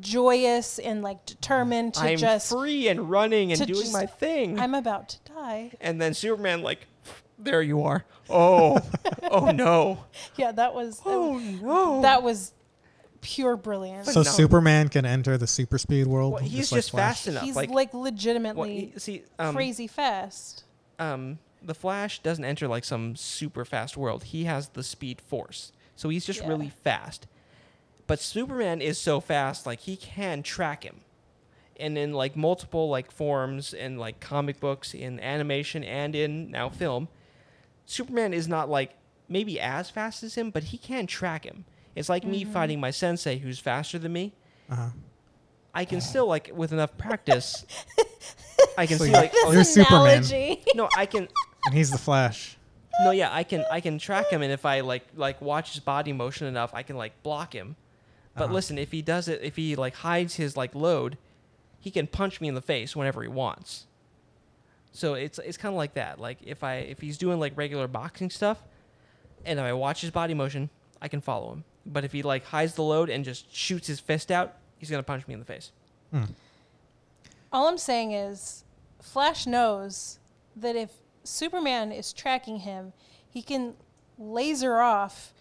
B: joyous and like determined to
A: I'm
B: just
A: free and running and
B: to
A: doing
B: just-
A: my thing.
B: I'm about to die.
A: and then Superman, like, there you are. Oh, oh no.
B: Yeah, that was
A: Oh no.
B: that was pure brilliance.
C: So
A: No.
C: Superman can enter the super speed world.
A: Well, he's just,
C: like Flash?
A: fast enough.
B: He's
A: like,
B: like, legitimately
A: well, he- see, um,
B: crazy fast.
A: um, the Flash doesn't enter like some super fast world. He has the speed force, so he's just
B: Yeah.
A: really fast. But Superman is so fast, like he can track him, and in like multiple like forms in like comic books, in animation, and in now film, Superman is not like maybe as fast as him, but he can track him. It's like me fighting my sensei who's faster than me.
C: Uh-huh.
A: I can still like with enough practice. I can
C: So
A: see
C: you-
A: like oh,
C: You're
B: This
C: Superman.
B: analogy.
A: no, I can
C: And he's the Flash.
A: No, yeah, I can I can track him, and if I like like watch his body motion enough, I can like block him. But
C: Uh-huh.
A: listen, if he does it, if he like hides his like load, he can punch me in the face whenever he wants. So it's it's kind of like that. Like if I if he's doing like regular boxing stuff, and if I watch his body motion, I can follow him. But if he like hides the load and just shoots his fist out, he's gonna punch me in the face.
B: All I'm saying is, Flash knows that if Superman is tracking him, he can laser off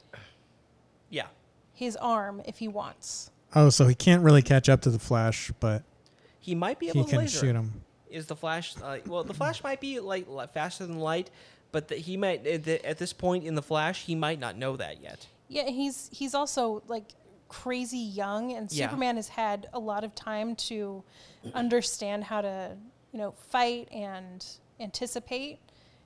A: Yeah,
B: his arm if he wants.
C: Oh, so he can't really catch up to the Flash, but
A: he might be able
C: he
A: to
C: can
A: laser
C: shoot him.
A: is the Flash. Uh, well, the Flash might be like li- faster than light, but that he might at the- at this point in the Flash he might not know that yet.
B: Yeah, he's he's also like crazy young, and
A: Yeah.
B: Superman has had a lot of time to understand how to you know fight and anticipate,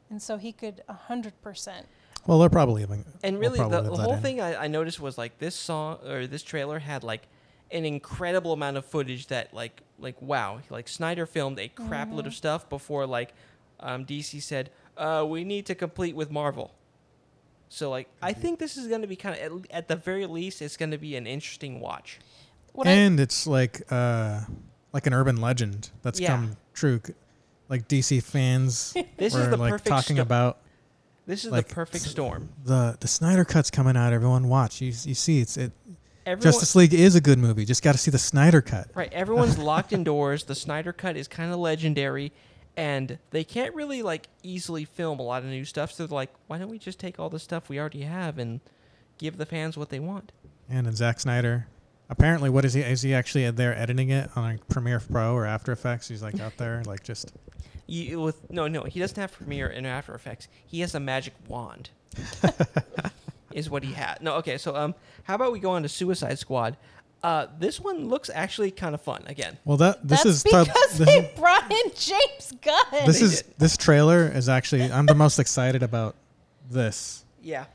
B: and so he could hundred percent.
C: Well, they're probably leaving.
A: And
C: we'll
A: really,
C: probably
A: the,
C: leave
A: the
C: that
A: whole
C: in.
A: thing I, I noticed was like this song or this trailer had like an incredible amount of footage that like like wow like Snyder filmed a crap load of stuff before like um, DC said uh, we need to complete with Marvel. So like
C: Mm-hmm.
A: I think this is going to be kind of at, at the very least it's going to be an interesting watch.
B: What I,
C: and it's like uh, like an urban legend that's
A: Yeah.
C: come true. C- Like DC fans
A: This
C: were
A: is the
C: like
A: perfect
C: talking
A: sto-
C: about
A: This is
C: like,
A: the perfect
C: s-
A: storm.
C: the the Snyder cut's coming out. Everyone watch. You you see it's it.
A: Everyone,
C: Justice League is a good movie. Just got to see the Snyder cut.
A: Right. Everyone's locked indoors. The Snyder Cut is kind of legendary, and they can't really like easily film a lot of new stuff. So they're like, why don't we just take all the stuff we already have and give the fans what they want?
C: And then Zack Snyder. Apparently, what is he? Is he actually there editing it on like Premiere Pro or After Effects? He's like out there, like just
A: You, with no, no, he doesn't have Premiere and After Effects. He has a magic wand. is what he had. No, okay. So um, how about we go on to Suicide Squad? Uh, this one looks actually kind of fun. Again,
C: Well, that this
B: that's
C: is
B: because
C: prob- this,
B: they brought in James Gunn.
C: this
A: they
C: is
A: did.
C: this trailer is actually I'm the most excited about this.
A: yeah.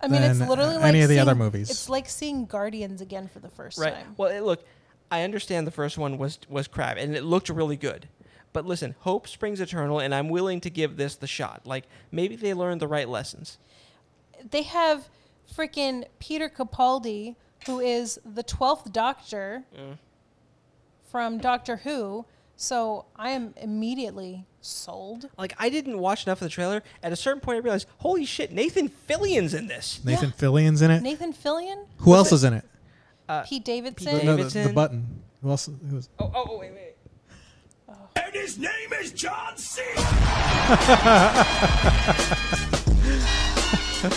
B: I mean, it's
C: than,
B: literally
C: uh,
B: like
C: any of the other
B: seeing-
C: movies.
B: It's like seeing Guardians again for the first
A: Right.
B: time.
A: Well, it, look, I understand the first one was was crap, and it looked really good. But listen, hope springs eternal, and I'm willing to give this the shot. Like maybe they learned the right lessons.
B: They have freaking Peter Capaldi, who is the twelfth Doctor from Doctor Who. So I am immediately sold.
A: Like I didn't watch enough of the trailer. At a certain point, I realized, holy shit, Nathan Fillion's in this.
C: Nathan Fillion's in it.
B: Nathan Fillion,
C: Who else is in it?
B: Pete
A: Uh, Pete
B: Davidson.
C: No, the, the
A: Davidson.
C: button. Who else? Who's?
A: Oh, oh, oh, wait, wait.
D: And his name is John C.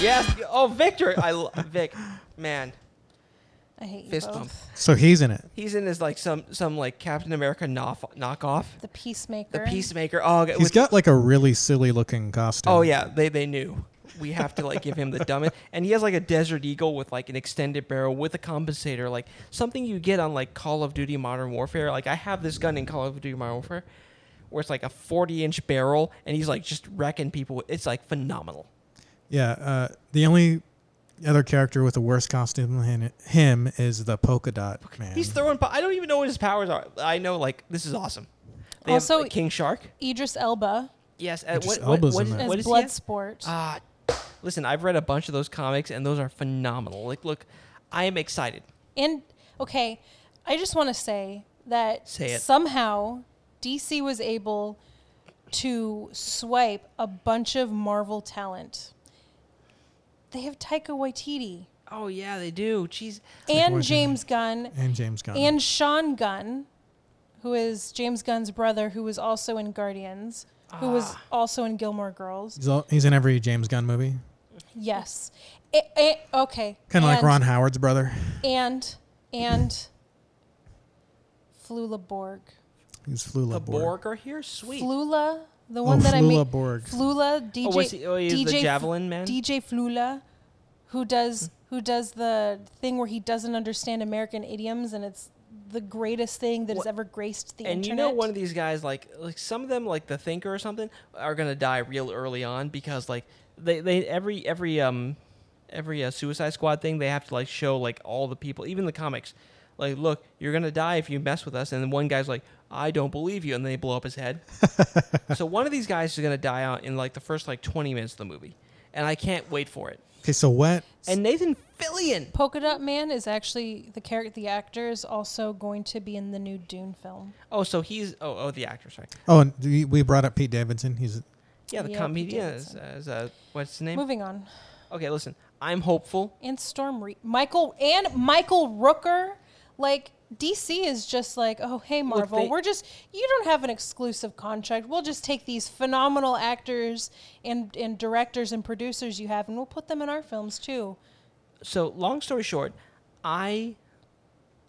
A: yes. Oh, Victor. I lo- Vic. Man,
B: I hate you
A: fist
B: both.
A: bump.
C: So he's in it.
A: he's in as like some some like Captain America knock- knockoff,
B: The Peacemaker.
A: the Peacemaker. Oh,
C: He's got like a really silly looking costume.
A: Oh yeah, they they knew. We have to like give him the dumbest, and he has like a desert eagle with like an extended barrel with a compensator, like something you get on like Call of Duty Modern Warfare. Like I have this gun in Call of Duty Modern Warfare, where it's like a forty-inch barrel, and he's like just wrecking people. with- It's like phenomenal.
C: Yeah. Uh, the only other character with the worst costume than it- him is the polka dot man.
A: He's throwing. Po- I don't even know what his powers are. I know like this is awesome. They also,
B: Also-
A: have, like, King Shark.
B: Idris Elba
A: Yes. Uh,
C: Idris
A: what, what,
C: Elba's
A: what,
C: in
A: is,
C: that.
B: as
A: what is he? at?
B: Bloodsport.
A: Ah, listen, I've read a bunch of those comics, and those are phenomenal. Like, look, I am excited.
B: And okay, I just want to say that
A: Say it.
B: somehow DC was able to swipe a bunch of Marvel talent. They have Taika Waititi.
A: Oh yeah, they do. Jeez.
C: what
B: and
C: is it?
B: James Gunn
C: and James Gunn.
B: and Sean Gunn, who is James Gunn's brother, who was also in Guardians, who was also in Gilmore Girls.
C: he's, all, he's in every James Gunn movie,
B: Yes. Eh, eh, okay.
C: kind of like
B: And-
C: Ron Howard's brother.
B: And and Flula Borg.
C: He's Flula
A: The
C: Borg.
A: Borg are here. Sweet.
B: Flula, the
C: Oh,
B: one that I
C: Flula
B: made.
C: Borg.
B: Flula DJ.
A: Oh, was he- oh, he's the
B: DJ Fl-
A: javelin man?
B: DJ Flula, who does who does the thing where he doesn't understand American idioms, and it's the greatest thing that has
A: What-
B: ever graced the
A: and
B: internet.
A: you know one of these guys like like some of them like the thinker or something are gonna die real early on because like they, they every every um every uh, suicide squad thing they have to like show like all the people even the comics like look you're gonna die if you mess with us and then one guy's like i don't believe you and they blow up his head so one of these guys is gonna die out in like the first like 20 minutes of the movie and i can't wait for it
C: Okay, so what?
A: and nathan fillion
B: Polka Dot Man is actually the character. The actor is also going to be in the new Dune film.
A: oh so he's oh oh the actor sorry
C: Oh, and we we brought up Pete Davidson. He's
A: yeah the
B: Yeah, Pete
A: comedian is,
B: Davidson.
A: is uh, what's his name
B: Moving on,
A: okay listen i'm hopeful
B: and Storm Re- Michael and Michael Rooker, like. DC is just like, oh hey Marvel,
A: they-
B: we're just you don't have an exclusive contract. We'll just take these phenomenal actors and and directors and producers you have, and we'll put them in our films too.
A: so long story short, I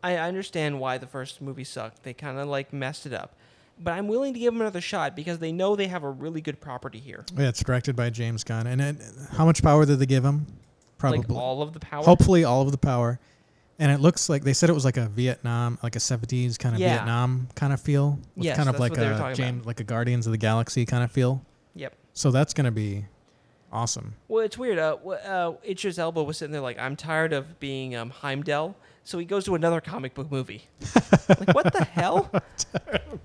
A: I understand why the first movie sucked. They kind of like messed it up. But I'm willing to give them another shot because they know they have a really good property here.
C: yeah, it's directed by James Gunn. And it, how much power did they give him? Probably
A: Like all of the power.
C: hopefully all of the power. And it looks like they said it was like a Vietnam, like a seventies kind of
A: Yeah.
C: Vietnam kind of feel, with
A: Yes,
C: kind of
A: that's
C: like
A: what they were
C: a
A: talking
C: James,
A: about.
C: like a Guardians of the Galaxy kind of feel.
A: Yep.
C: So that's gonna be awesome.
A: Well, it's weird. Uh, wh- uh, Itcher's elbow was sitting there like, I'm tired of being um, Heimdall, so he goes to another comic book movie. like, what the hell?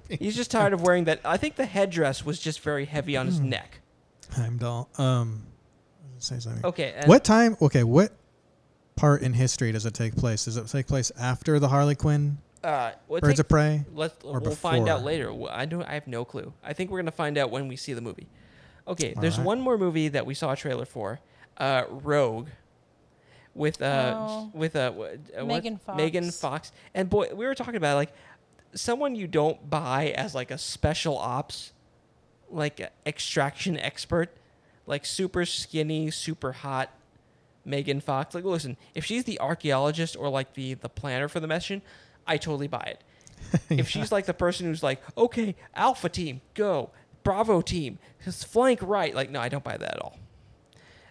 A: He's just tired of wearing that. I think the headdress was just very heavy on his neck.
C: Heimdall. Um, say something.
A: Okay. And
C: Oh, What time? Okay, what part in history does it take place? Does it take place after the Harley Quinn
A: Uh, what
C: Birds
A: take-
C: of Prey?
A: Let's
C: Or
A: we'll find out
C: before?
A: later. Wh- I do I have no clue. I think we're gonna find out when we see the movie. Okay, there's
C: right.
A: one more movie that we saw a trailer for, uh, Rogue, with uh
B: Oh.
A: with uh, wh- uh what-
B: Megan Fox.
A: Megan Fox. And boy, we were talking about like someone you don't buy as like a special ops, like uh, extraction expert, like super skinny, super hot. Megan Fox, like listen, if she's the archaeologist or like the the planner for the mission, I totally buy it if she's like the person who's like, okay, Alpha team, go, Bravo team, just flank right. Like, no, I don't buy that at all.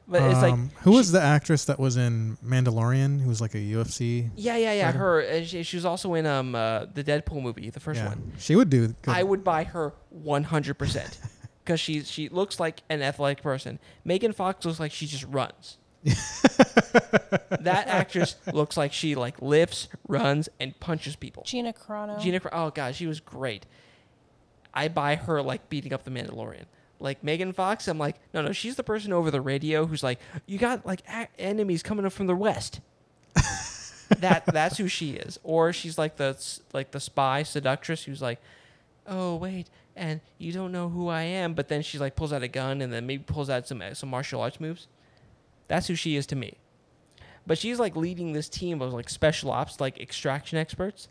A: But it's like,
C: Um, who was the actress that was in Mandalorian? Who was like a UFC?
A: yeah, yeah, yeah, her. And she, she was also in um uh, the Deadpool movie, the first
C: Yeah,
A: one.
C: she would do. Good.
A: I would buy her 100 percent because she she looks like an athletic person. Megan Fox looks like she just runs. that actress looks like she like lifts, runs, and punches people.
B: Gina Carano.
A: Gina, Cra- oh god, she was great. I buy her like beating up the Mandalorian. Like Megan Fox, I'm like, no, no, she's the person over the radio who's like, you got like a- enemies coming up from the west. that that's who she is, or she's like the s- like the spy seductress who's like, oh wait, and you don't know who I am, but then she like pulls out a gun and then maybe pulls out some some martial arts moves. That's who she is to me. But she's like leading this team of like special ops, like extraction experts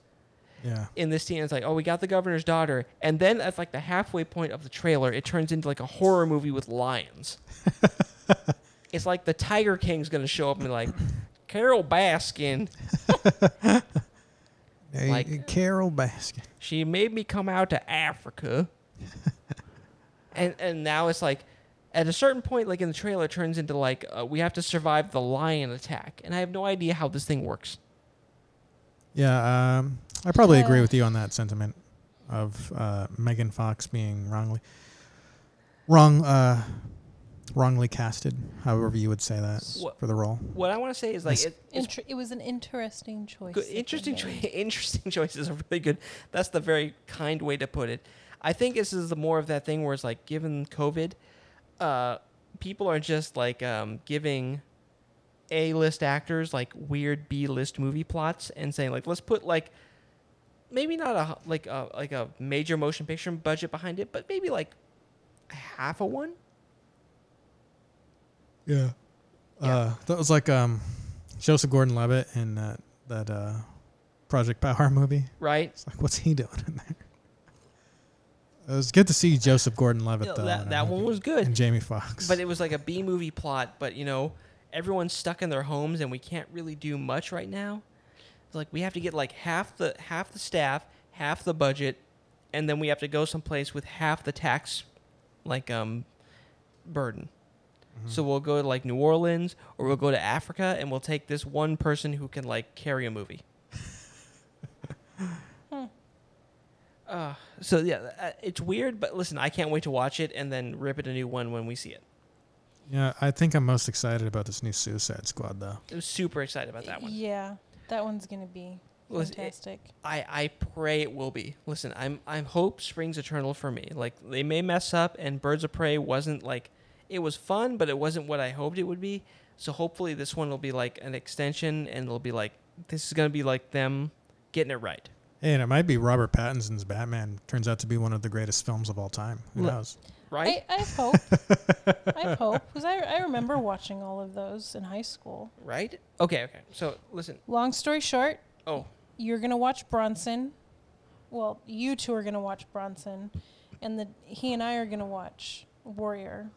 C: yeah.
A: in this scene. It's like, oh, we got the governor's daughter, and then at like the halfway point of the trailer, it turns into like a horror movie with lions. it's like the Tiger King's gonna show up and be like, Carol Baskin,
C: Hey,
A: Like-
C: Carol Baskin.
A: she made me come out to Africa, and and now it's like. At a certain point, like in the trailer, it turns into like uh, we have to survive the lion attack, and I have no idea how this thing works.
C: Yeah, um, I probably agree
B: Yeah.
C: with you on that sentiment of uh, Megan Fox being wrongly, wrong, uh, wrongly casted. However, you would say that
A: What-
C: for the role.
A: What I want to say is like
C: Yes.
A: it, it's
B: Inter- it was an interesting choice.
A: Good,
B: that they
A: interesting,
B: made.
A: choi- interesting choices are really good. That's the very kind way to put it. I think this is the more of that thing where it's like, given COVID, uh, people are just like um, giving A-list actors like weird B-list movie plots and saying like, let's put like maybe not a h- like a like a major motion picture budget behind it, but maybe like half a one.
C: Yeah. Uh, that was like um, Joseph Gordon-Levitt in that that uh, Project Power movie.
A: right?
C: It's like, what's he doing in there? It was good to see Joseph Gordon-Levitt
A: Yeah,
C: though.
A: that-
C: in a
A: that one
C: movie.
A: was good.
C: And Jamie Foxx.
A: But it was like a B movie plot, but you know, everyone's stuck in their homes and we can't really do much right now. It's like we have to get like half the half the staff, half the budget, and then we have to go someplace with half the tax like um burden. So we'll go to like New Orleans or we'll go to Africa and we'll take this one person who can like carry a movie. Uh, so yeah, uh, it's weird, but listen, I can't wait to watch it and then rip it a new one when we see it.
C: yeah, I think I'm most excited about this new Suicide Squad though.
A: I'm super excited about that one.
B: Yeah, that one's gonna be
A: Well, it's- it-
B: fantastic.
A: I, I pray it will be. Listen, I'm I'm hope springs eternal for me. Like they may mess up, and Birds of Prey wasn't like it was fun, but it wasn't what I hoped it would be. So hopefully this one will be like an extension, and it'll be like this is gonna be like them getting it right.
C: Hey, and it might be Robert Pattinson's Batman turns out to be one of the greatest films of all time. Who
A: Look-
C: knows?
A: Right?
B: I, I have hope. I have hope because I, I remember watching all of those in high school.
A: right? Okay, okay. So listen.
B: Long story short,
A: Oh,
B: you're gonna watch Bronson. Well, you two are gonna watch Bronson, and the he and I are gonna watch Warrior.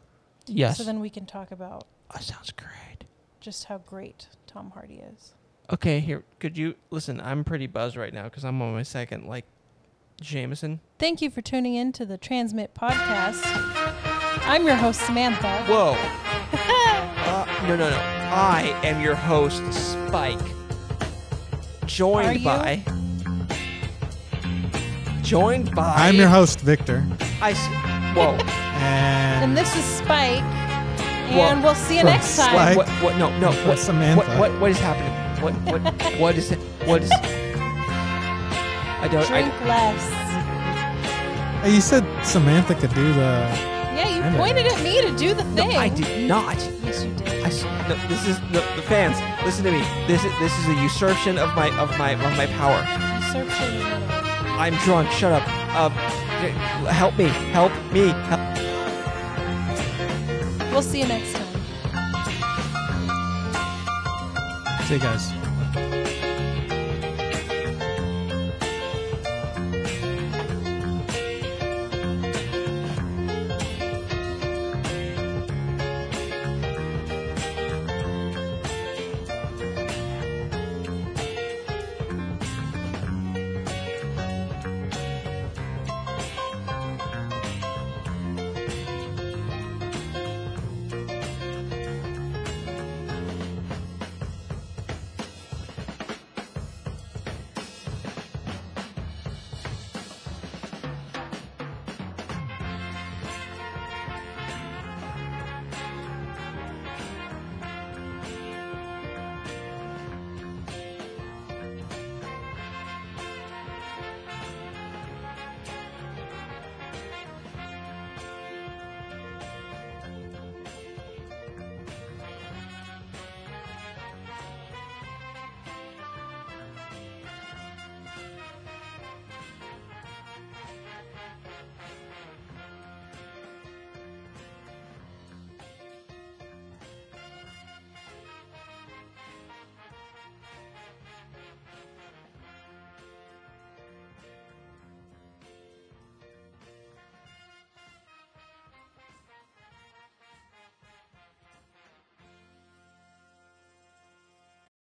A: yes.
B: So then we can talk about
A: oh, sounds great.
B: just how great Tom Hardy is.
A: Okay, here. Could you listen? I'm pretty buzzed right now because I'm on my second like Jameson.
B: Thank you for tuning in to the Transmit Podcast. I'm your host, Samantha.
A: Whoa. Uh, no, no, no. I am your host, Spike.
B: Are
A: Joined
B: you?
A: by. Joined by.
C: I'm your host, Victor.
A: I s- whoa.
C: And,
B: And this is Spike. And
A: Whoa.
B: we'll see you
C: From
B: next time.
C: Spike.
A: what? What? No, no. What?
C: Samantha.
A: What, what? What is happening? What? What? What is it? What is? I don't.
B: Drink
A: I,
B: less.
C: Hey, you said Samantha could do the.
B: Yeah, you
C: I know.
B: pointed at me to do the
A: no,
B: thing.
A: I did not.
B: Yes, you did.
A: I s no, this is no, the fans. Listen to me. This is this is a usurpation of my of my of my power.
B: Usurpation is not a word.
A: I'm drunk. Shut up. Um, j- help me. Help me. Help.
B: We'll see you next time.
C: See you guys.